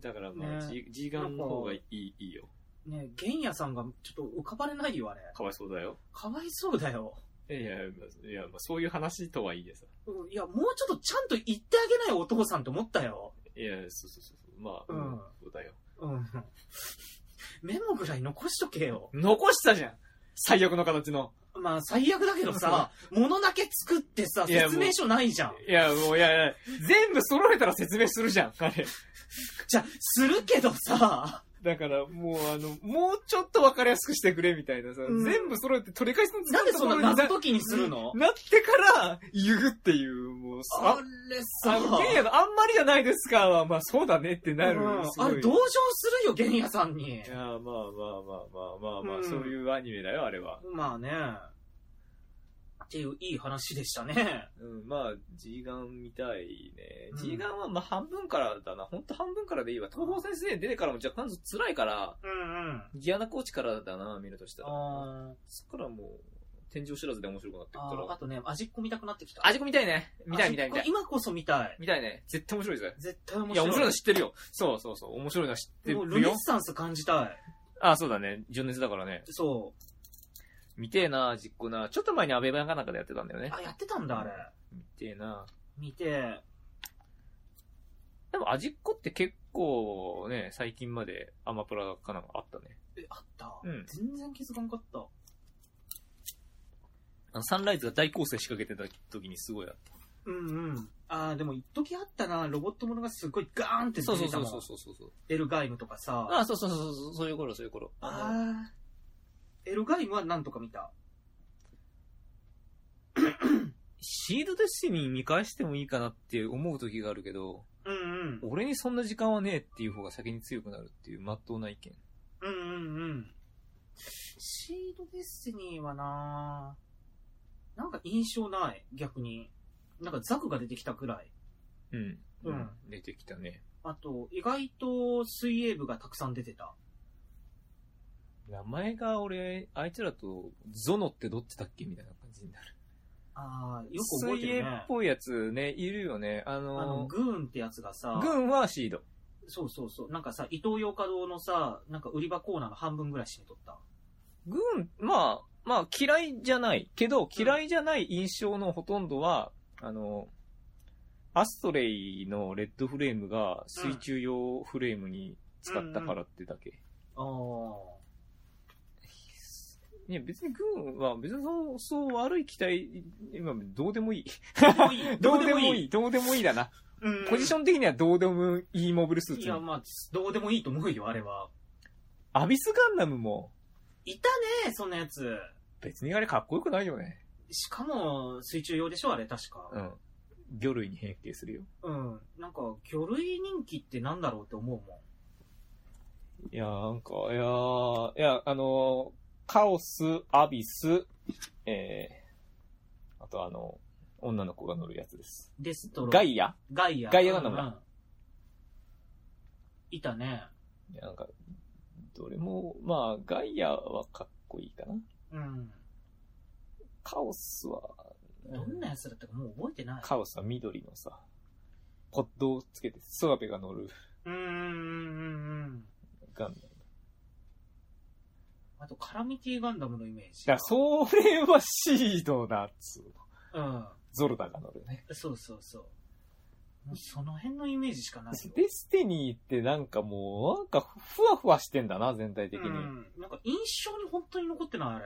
Speaker 1: だからまあ、
Speaker 2: ね
Speaker 1: G, G ガンの方がいいいいよ。
Speaker 2: ね玄也さんがちょっと浮かばれないよ、あれ。
Speaker 1: かわいそうだよ。
Speaker 2: かわいそうだよ。
Speaker 1: いやいや、まあいやまあ、そういう話とはいえさ。
Speaker 2: うんいや、もうちょっとちゃんと言ってあげないお父さんと思ったよ。
Speaker 1: いや、そうそうそうそう。まあ、
Speaker 2: うん
Speaker 1: そうだよ。
Speaker 2: うん。メモぐらい残しとけよ。
Speaker 1: 残したじゃん最悪の形の。
Speaker 2: まあ、最悪だけど さ、物だけ作ってさ、
Speaker 1: いや
Speaker 2: 説明書ないじゃん。
Speaker 1: いや、もう、いやいや、全部揃えたら説明するじゃん、あれ。
Speaker 2: じゃあ、するけど さ、
Speaker 1: だから、もう、あの、もうちょっと分かりやすくしてくれ、みたいなさ、
Speaker 2: うん
Speaker 1: 全部揃えて取り返しのつ
Speaker 2: なんでそんな謎解きにするの
Speaker 1: なってから、言うっていう、もう、
Speaker 2: あ
Speaker 1: さ、
Speaker 2: れ
Speaker 1: あ
Speaker 2: さ、
Speaker 1: の、ケンヤのあんまりじゃないですかは、まあ、そうだねってなる。
Speaker 2: うん
Speaker 1: すごい
Speaker 2: あれ、同情するよ、玄也さんに
Speaker 1: い。や、まあまあまあまあまあまあ、
Speaker 2: うん
Speaker 1: そういうアニメだよ、あれは。
Speaker 2: まあね。っていう、いい話でしたね。
Speaker 1: うん、まあ、G ガンみたいね
Speaker 2: う。ん
Speaker 1: G ガンは、まあ、半分からだな。ほんと半分からでいいわ。東方先生出てからも若干辛いから、
Speaker 2: うんうん。
Speaker 1: ギアナコーチからだな、見るとしたら。
Speaker 2: あ
Speaker 1: そっからもう、天井知らずで面白くなってくか
Speaker 2: ーあー、
Speaker 1: ら
Speaker 2: あ。とね、味っこ見たくなってきた。
Speaker 1: 味子見たいね。見たい見たい見た
Speaker 2: あ
Speaker 1: い。
Speaker 2: 今こそ見たい。
Speaker 1: 見たいね。絶対面白いぜ。
Speaker 2: 絶対
Speaker 1: い
Speaker 2: 面
Speaker 1: や、
Speaker 2: 白い。
Speaker 1: 面白いの知ってるよ。そうそうそう。面白いのは知って
Speaker 2: もう
Speaker 1: る
Speaker 2: ルネッ
Speaker 1: よ。
Speaker 2: サンス感じたい。
Speaker 1: あ、そうだね。情熱だからね。
Speaker 2: そ
Speaker 1: 見てえな、実行な。ちょっと前にアベマかなんかでやってたんだよ
Speaker 2: う。
Speaker 1: ね。
Speaker 2: あ、やってたんだ、あれ。
Speaker 1: 見てえな。
Speaker 2: 見て。
Speaker 1: でも、味っ子って結構ね、最近までアマプラかなんかあったね。
Speaker 2: え、あった、
Speaker 1: うん
Speaker 2: 全然気づかんかった。
Speaker 1: あのサンライズが大攻勢仕掛けてた時にすごいあっ
Speaker 2: うんうん。あー、でも一時あったな、ロボットものがすごいガーンって
Speaker 1: た。
Speaker 2: 出てた
Speaker 1: そう
Speaker 2: の。
Speaker 1: そうそうそうそうそう。
Speaker 2: エルガイムとかさ。
Speaker 1: あ、そうそうそうそう、そういう頃、そういう頃。あ
Speaker 2: あーエルガイムはなんとか見た。
Speaker 1: シードデスティニー見返してもいいかなって思う時があるけど、
Speaker 2: うんうん。
Speaker 1: 俺にそんな時間はねえっていう方が先に強くなるっていう真っ当な意見。
Speaker 2: うんうんうん。シードデスティニーはななんか印象ない、逆に。なんかザクが出てきたくらい。
Speaker 1: うん。
Speaker 2: うん
Speaker 1: 出てきたね。
Speaker 2: あと、意外と水泳部がたくさん出てた。
Speaker 1: 名前が俺、あいつらとゾノってどっちだっけみたいな感じになる。
Speaker 2: ああ、よく覚えてる
Speaker 1: 水泳
Speaker 2: ね
Speaker 1: っ。ぽいやつね、いるよね。あ
Speaker 2: あの、
Speaker 1: の、
Speaker 2: グーンってやつがさ、
Speaker 1: 軍はシード。
Speaker 2: そうそうそう、なんかさ、伊東洋華堂のさ、なんか売り場コーナーの半分ぐらい占めとった。
Speaker 1: 軍、まあ、まあ嫌いじゃないけど、嫌いじゃない印象のほとんどは、あの、アストレイのレッドフレームが水中用フレームに使ったからってだけ。
Speaker 2: ああ、
Speaker 1: いや、別に軍は、別にそう、そう悪い期待、今、どうでもいい。
Speaker 2: どうでもい い
Speaker 1: どうでもいい、どうでもいいだな。ポジション的にはどうでもいいモブルスー
Speaker 2: い
Speaker 1: ツ
Speaker 2: や、
Speaker 1: に。
Speaker 2: まあ、どうでもいいと思うよ、あれは。
Speaker 1: アビスガンダムも、
Speaker 2: いたね、そんなやつ。
Speaker 1: 別にあれかっこよくないよね。
Speaker 2: しかも、水中用でしょ、あれ、確
Speaker 1: う
Speaker 2: か。
Speaker 1: ん。魚類に変形するよ。
Speaker 2: うん。なんか、魚類人気ってなんだろうって思うも
Speaker 1: いやー、なんか、いやー、いや、あのーカオス、アビス、えー、あとあの、女の子が乗るやつです。
Speaker 2: ん。デストロ。
Speaker 1: ガイア
Speaker 2: ガイア。
Speaker 1: ガイアガンダムだ
Speaker 2: うんいたね。
Speaker 1: いや、なんか、どれも、まあ、ガイアはかっこいいかな。
Speaker 2: うん。
Speaker 1: カオスは、
Speaker 2: どんなやつだったかもう覚えてない。
Speaker 1: カオスは緑のさ、ポッドをつけて、ソラベが乗る
Speaker 2: うんうんうんうん。
Speaker 1: ガンダム。
Speaker 2: あと、カラミティガンダムのイメージ。
Speaker 1: だから、それはシードだっつうの。
Speaker 2: うん。
Speaker 1: ゾルダが乗るね。
Speaker 2: そうそうそう。もうその辺のイメージしかないよ。
Speaker 1: デスティニーってなんかもう、なんかふわふわしてんだな、全体的
Speaker 2: う
Speaker 1: に。
Speaker 2: ん。なんか印象に本当に残ってない、あれ。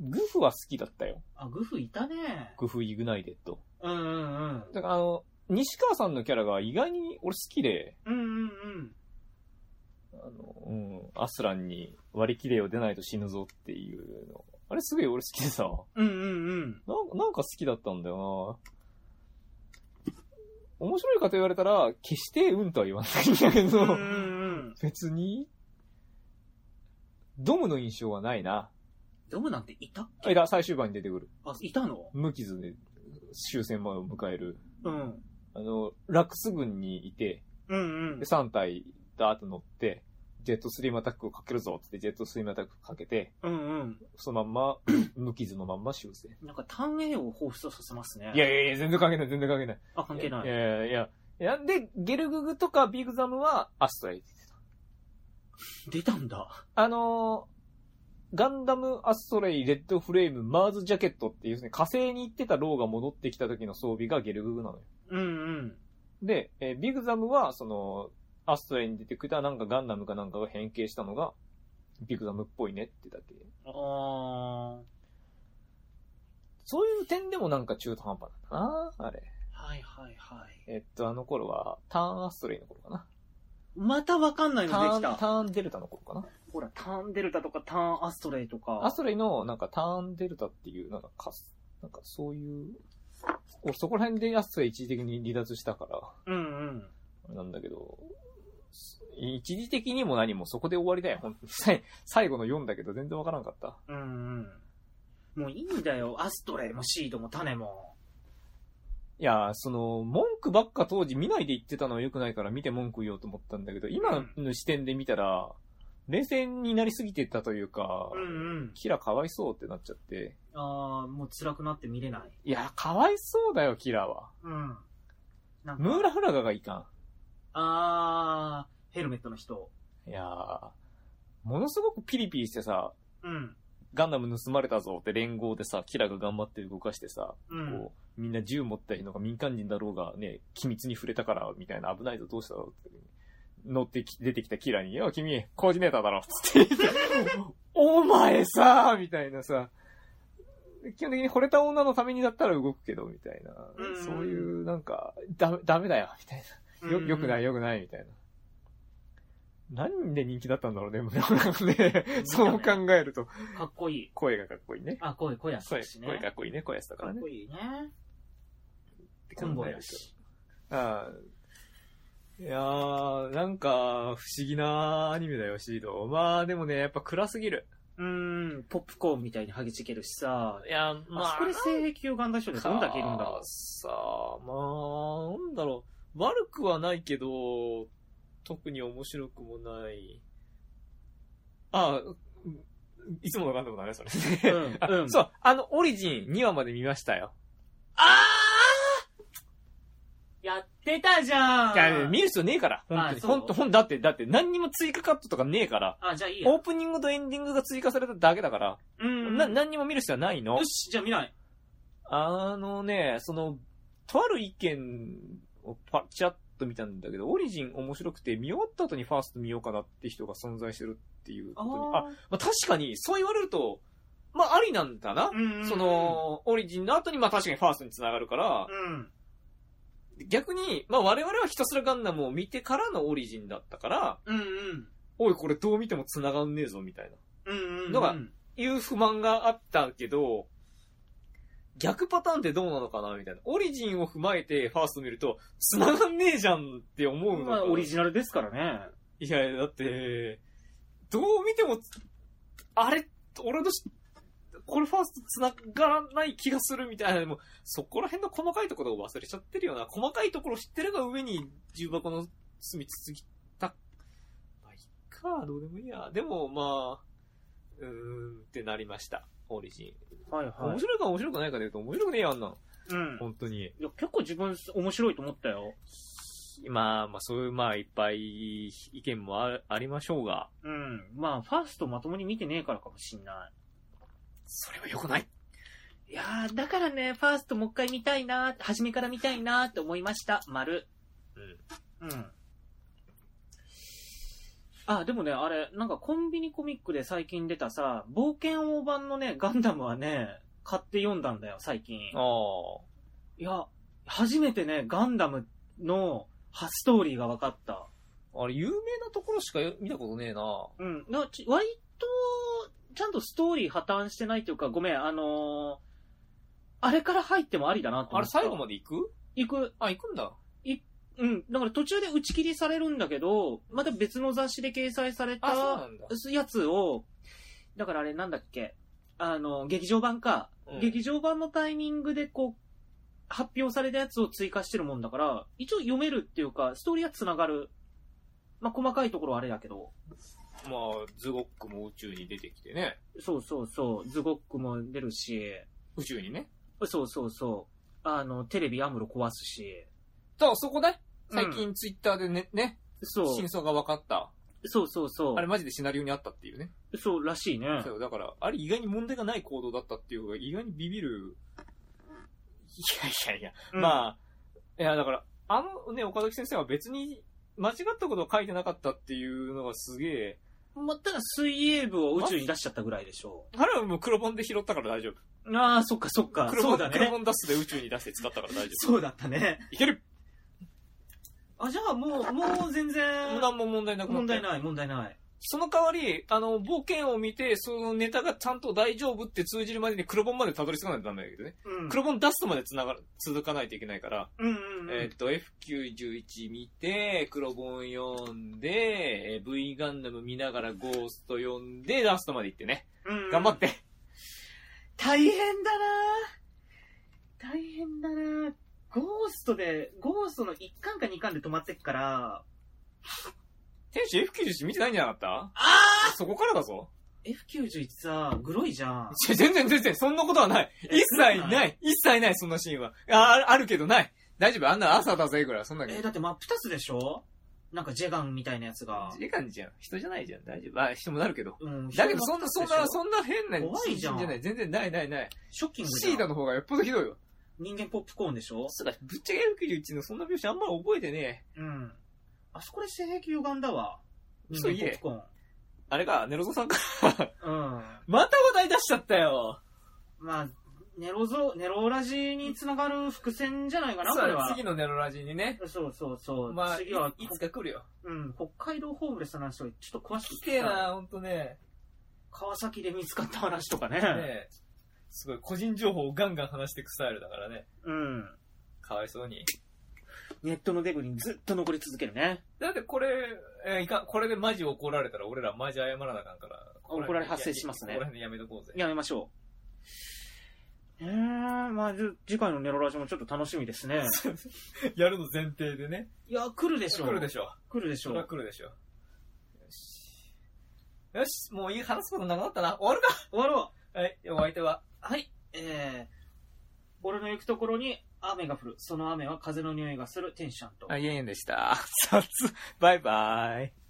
Speaker 1: グフは好きだったよ。
Speaker 2: あ、グフいたね。
Speaker 1: グフイグナイテッド。
Speaker 2: うんうんうん。
Speaker 1: だからあの、西川さんのキャラが意外に俺好きで、
Speaker 2: うんうんうん。
Speaker 1: あの、うん、アスランに割り切れよ出ないと死ぬぞっていうの。あれすごい俺好きでさ、
Speaker 2: うんうんうん。
Speaker 1: なんなんか好きだったんだよな面白いかと言われたら、決してうんとは言わないんだけ
Speaker 2: う
Speaker 1: ど、
Speaker 2: んうんうん。
Speaker 1: 別に、ドムの印象はないな。
Speaker 2: ドムなんていた
Speaker 1: あいや、最終盤に出てくる。
Speaker 2: あ、いたの
Speaker 1: 無傷で終戦前を迎える。
Speaker 2: うん。
Speaker 1: あの、ラクス軍にいて、
Speaker 2: うんうん
Speaker 1: で、。3体ダーッと乗って、ジェットスリームアタックをかけるぞってジェットスリームアタックかけて、
Speaker 2: うんうん。
Speaker 1: その まんま、無傷のまんま修正。
Speaker 2: なんか、単影を彷彿とさせますね。
Speaker 1: いやいやいや、全然関係ない、全然関係ない。
Speaker 2: あ、関係ないい。
Speaker 1: やいやいや。いやで、ゲルググとかビーグザムはアストライ
Speaker 2: 出たんだ。
Speaker 1: あのーガンダム、アストレイ、レッドフレーム、マーズジャケットっていうですね、火星に行ってたローが戻ってきた時の装備がゲルググなのよ。
Speaker 2: うんうん。
Speaker 1: で、えービグザムは、その、アストレイに出てきたなんかガンダムかなんかが変形したのが、ビグザムっぽいねってだけ。
Speaker 2: あ
Speaker 1: そういう点でもなんか中途半端なんだなあれ。
Speaker 2: ー。はいはいはい。
Speaker 1: えっと、あの頃は、ターンアストレイの頃かな。
Speaker 2: またわかんない
Speaker 1: タ
Speaker 2: のでき
Speaker 1: ーン、タ
Speaker 2: た。
Speaker 1: ーンデルタの頃かな。
Speaker 2: ほら、ターンデルタとかターンアストレイと
Speaker 1: ア
Speaker 2: か
Speaker 1: ス。トレイの、なんかターンデルタっていう、なんかかす、なんかそういう、俺そこら辺でアストレイ一時的に離脱したから、
Speaker 2: うんうん。
Speaker 1: あれなんだけど、一時的にも何もそこで終わりだよ、本当に。さい最後の4だけど全然わからんかった。
Speaker 2: うんうん。もういいんだよ。アストレイもシードも種も。
Speaker 1: いやー、その、文句ばっか当時見ないで言ってたのは良くないから見て文句言おうと思ったんだけど、今の視点で見たら、冷静になりすぎてたというか、
Speaker 2: うんうん。
Speaker 1: キラかわいそうってなっちゃって。
Speaker 2: あー、もう辛くなって見れない。
Speaker 1: いやー、かわいそうだよ、キラは。
Speaker 2: うん。なんか
Speaker 1: ムーラフラガがいか
Speaker 2: あー、ヘルメットの人。
Speaker 1: ん。いやー、ものすごくピリピリしてさ、
Speaker 2: うん。
Speaker 1: ガンダム盗まれたぞって連合でさ、キラが頑張って動かしてさ、
Speaker 2: うん。
Speaker 1: こう、みんな銃持った人が民間人だろうがね、機密に触れたから、みたいな危ないぞ、どうしたろうって。乗ってき、出てきたキラに、よ、君、コーディネーターだろ、つって言って お前さみたいなさ、基本的に惚れた女のためにだったら動くけど、みたいな
Speaker 2: うん。
Speaker 1: そういう、なんか、ダメ、ダメだよ、みたいな。よ、よくない、
Speaker 2: よ。
Speaker 1: よくない、みたいな。何で人気だったんだろうね、村村さんね。そう考えると、
Speaker 2: かっこいい。
Speaker 1: 声がかっこいいね。
Speaker 2: あ、声、声やった
Speaker 1: 声
Speaker 2: しね。
Speaker 1: 声かっこいいね、声やってたか
Speaker 2: からっ
Speaker 1: ね。
Speaker 2: こいいね。
Speaker 1: って
Speaker 2: コンボ
Speaker 1: 考え
Speaker 2: や
Speaker 1: ると。
Speaker 2: し。
Speaker 1: ああ。いやー、なんか、不思議なアニメだよ、シード。まあ、でもね、やっぱ暗すぎる。
Speaker 2: うーん、ポップコーンみたいにハゲちけるしさ。
Speaker 1: いや、
Speaker 2: あそこで性癖をガンダム少年どんだけいるんだろう。
Speaker 1: さあ、まあ、なんだろう。悪くはないけど、特に面白くもない。ああ、いつものガンダムだね、それ。
Speaker 2: うん
Speaker 1: あ
Speaker 2: うん
Speaker 1: そう、あの、オリジン2話まで見ましたよ。
Speaker 2: あーやってたじゃん
Speaker 1: いや、見る必要ねえから。本当
Speaker 2: あ
Speaker 1: に。
Speaker 2: そう
Speaker 1: 本当、本当だって、だって、何にも追加カットとかねえから。
Speaker 2: あ、じゃあいいや
Speaker 1: オー。プニングとエンディングが追加されただけだから、
Speaker 2: うん。
Speaker 1: な、何にも見る必要はないの
Speaker 2: よ。し、じゃあ見ない。
Speaker 1: あのね、その、とある意見をパチャッと見たんだけど、オリジン面白くて、見終わった後にファースト見ようかなって人が存在してるっていうことに。あ
Speaker 2: あ
Speaker 1: まあ、確かに、そう言われると、まあ、ありなんだな
Speaker 2: ー。。うん。
Speaker 1: そ、の、オリジンの後に、まあ、確かにファーストに繋がるから、
Speaker 2: うん。
Speaker 1: 逆に、まあ、我々はひたすらガンダムを見てからのオリジンだったから、
Speaker 2: うんうん。
Speaker 1: おい、これどう見ても繋がんねえぞ、みたいな。
Speaker 2: うんうん。
Speaker 1: のがいう不満があったけど、逆パターンってどうなのかなみたいな。オリジンを踏まえてファースト見ると、繋がんねえじゃんって思うの
Speaker 2: ま
Speaker 1: か
Speaker 2: あ、
Speaker 1: な。
Speaker 2: オリジナルですからね。
Speaker 1: いや、だって、どう見ても、あれ、俺のし、これファースト繋がらない気がするみたいな。でも、そこら辺の細かいところを忘れちゃってるよな。細かいところ知ってるが上に重箱の隅つつぎた。まあ、いっか、どうでもいいや。でも、まあ、うーんってなりました。オリジ
Speaker 2: はい
Speaker 1: ン。面。白いか面白くないかで言うと面白くねえやんな。
Speaker 2: うん。
Speaker 1: 本当に。
Speaker 2: いや、結構自分面白いと思ったよ。
Speaker 1: まあまあ、そういう、まあ、いっぱい意見もあありましょうが、
Speaker 2: うん。まあ、ファーストまともに見てねえからかもしんな
Speaker 1: それは良くない。
Speaker 2: い。いやー、だからね、ファーストもう一回見たいなー、初めから見たいなーって思いました、丸。
Speaker 1: うん。
Speaker 2: うん。あ、でもね、あれ、なんかコンビニコミックで最近出たさ、冒険王版のね、ガンダムはね、買って読んだんだよ、最近。
Speaker 1: ああ。
Speaker 2: いや、初めてね、ガンダムの初ストーリーが分かった。
Speaker 1: あれ、有名なところしか見たことねえな。
Speaker 2: うん。だからち割と、ちゃんとストーリー破綻してないというか、ごめん、あのーあれから入ってもありだなと
Speaker 1: あ
Speaker 2: 思
Speaker 1: れ、
Speaker 2: った。
Speaker 1: 最後
Speaker 2: ま
Speaker 1: まで行く
Speaker 2: 行く。
Speaker 1: あ、行くんだ。
Speaker 2: うん。だから途中で打ち切りされるんだけど、また別の雑誌で掲載され
Speaker 1: あ、そうな
Speaker 2: た
Speaker 1: んだ。
Speaker 2: やつを、だからあれなんだっけ、あの、劇場版か。
Speaker 1: うん
Speaker 2: 劇場版のタイミングでこう、発表されたやつを追加してるもんだから、一応読めるっていうか、ストーリーは繋がる。まあ、細かいところはあれだけど。
Speaker 1: まあ、ズゴックも宇宙に出てきてね。
Speaker 2: そうそうそう、ズゴックも出るし、
Speaker 1: 宇宙にね。
Speaker 2: そうそうそう、あの、テレビアムロ壊すし、
Speaker 1: だからそこね、最
Speaker 2: うん、
Speaker 1: 近ツイッターでね、ね、
Speaker 2: そう
Speaker 1: 真、相が分かった。
Speaker 2: そうそうそう、
Speaker 1: あれマジでシナリオにあったっていうね。
Speaker 2: そうらしいね。
Speaker 1: そう、だから、あれ意外に問題がない行動だったっていう方が意外にビビる。いやいやいや、
Speaker 2: うん
Speaker 1: まあ、いやだから、あのね、岡崎先生は別に間違ったことを書いてなかったっていうのがすげえ、
Speaker 2: まあ、ただ水泳部を宇宙に出しちゃったぐらいでしょ
Speaker 1: あれはもう黒本で拾ったから大丈夫。
Speaker 2: う。ああ、そっかそっか、
Speaker 1: 黒
Speaker 2: そう
Speaker 1: 本、
Speaker 2: だ
Speaker 1: 黒
Speaker 2: ね。
Speaker 1: 本ダストで宇宙に出して使ったから大丈
Speaker 2: そうだったね。
Speaker 1: 夫。いける
Speaker 2: あ、じゃあもう、もう 全然、
Speaker 1: 何も問題なくなったよ
Speaker 2: 問題ない、問題ない。
Speaker 1: その代わり、あの、冒険を見て、そのネタがちゃんと大丈夫って通じるまでに黒本までたどり着かないとダメだけどね。
Speaker 2: うん。
Speaker 1: 黒本ダストまでつながる、続かないといけないから、
Speaker 2: うんうんうん。
Speaker 1: えっと、F911 見て、黒本読んで、えー V ガンダム見ながらゴースト読んで、ダストまで行ってね。
Speaker 2: うん
Speaker 1: 頑張って。
Speaker 2: 大変だなぁ大変だなぁゴーストで、ゴーストの1巻か2巻で止まってっから、
Speaker 1: 天使 F91 見てないんじゃなかっ
Speaker 2: あ
Speaker 1: たそこからだぞ。
Speaker 2: !F91 さ、グロいじゃん。
Speaker 1: いや全然全然、そんなことはない。
Speaker 2: え
Speaker 1: 一切
Speaker 2: そうな
Speaker 1: ない。一切ない、そんなシーンは。あ、あるけどない。大丈夫、あんな朝だぜ、ぐらい。そんな
Speaker 2: えーだって真っ二つでしょなんかジェガンみたいなやつが。
Speaker 1: 時間じゃん。人じゃないじゃん。大丈夫。あ、人もなるけど。
Speaker 2: うん、
Speaker 1: だけど、そんな、そん
Speaker 2: 人真っ二つでしょ
Speaker 1: な、そんな変な
Speaker 2: 怖いじゃん
Speaker 1: 人ない。全然ないないない。
Speaker 2: ショッキングじゃん
Speaker 1: シーダの方がよっぽどひどいわ。
Speaker 2: 人間ポップコーンでしょ
Speaker 1: そうだ、ぶっちゃけ F91 のそんな描写あんまり覚えてねえ。
Speaker 2: うん。あそこで性癖歪んだわ。
Speaker 1: 嘘
Speaker 2: 人間
Speaker 1: 言
Speaker 2: ポッ
Speaker 1: え
Speaker 2: プコ
Speaker 1: あれか、ネロゾさんか。
Speaker 2: ーン。うん。
Speaker 1: また話題出しちゃったよ。
Speaker 2: まあ、ネロゾ、ネロラジにつながる伏線じゃないかな、こ
Speaker 1: そう
Speaker 2: れ
Speaker 1: だ
Speaker 2: は。
Speaker 1: 次のネロラジにね。
Speaker 2: そうそうそう。
Speaker 1: まあ、い
Speaker 2: 次はい
Speaker 1: つか来るよ。
Speaker 2: うん、北海道ホームレスの話をちょっと詳しく
Speaker 1: 来
Speaker 2: 聞
Speaker 1: てえ
Speaker 2: きたい。
Speaker 1: な、ほんとね。
Speaker 2: 川崎で見つかった話とか ね。
Speaker 1: ねえすごい、個人情報をガンガン話していくスタイルだからね。
Speaker 2: うん。
Speaker 1: かわいそうに。
Speaker 2: ネットのデブにずっと残り続けるね。
Speaker 1: だってこれ、えーいかんこれでマジ怒られたら俺らマジ謝らなあかんから。
Speaker 2: 怒られ発生しますね
Speaker 1: ここら辺でやめとこうぜ。
Speaker 2: やめましょう。えー、まあ、じ次回のネロラジもちょっと楽しみですね。
Speaker 1: やるの前提でね。
Speaker 2: いや、来るでしょう。
Speaker 1: 来るで
Speaker 2: ょ
Speaker 1: しょ。
Speaker 2: う。来るでし
Speaker 1: そ
Speaker 2: ょ
Speaker 1: りゃ
Speaker 2: う。
Speaker 1: 来るでしょ。よし。よし、もういい、話すことなくなったな。終わるか
Speaker 2: 終わろう。
Speaker 1: はい、お相手は。
Speaker 2: はい。えー、俺の行くところに雨が降る。その雨は風の匂いがする。テンションと。
Speaker 1: あ、イエンでした。さつ、バイバイ。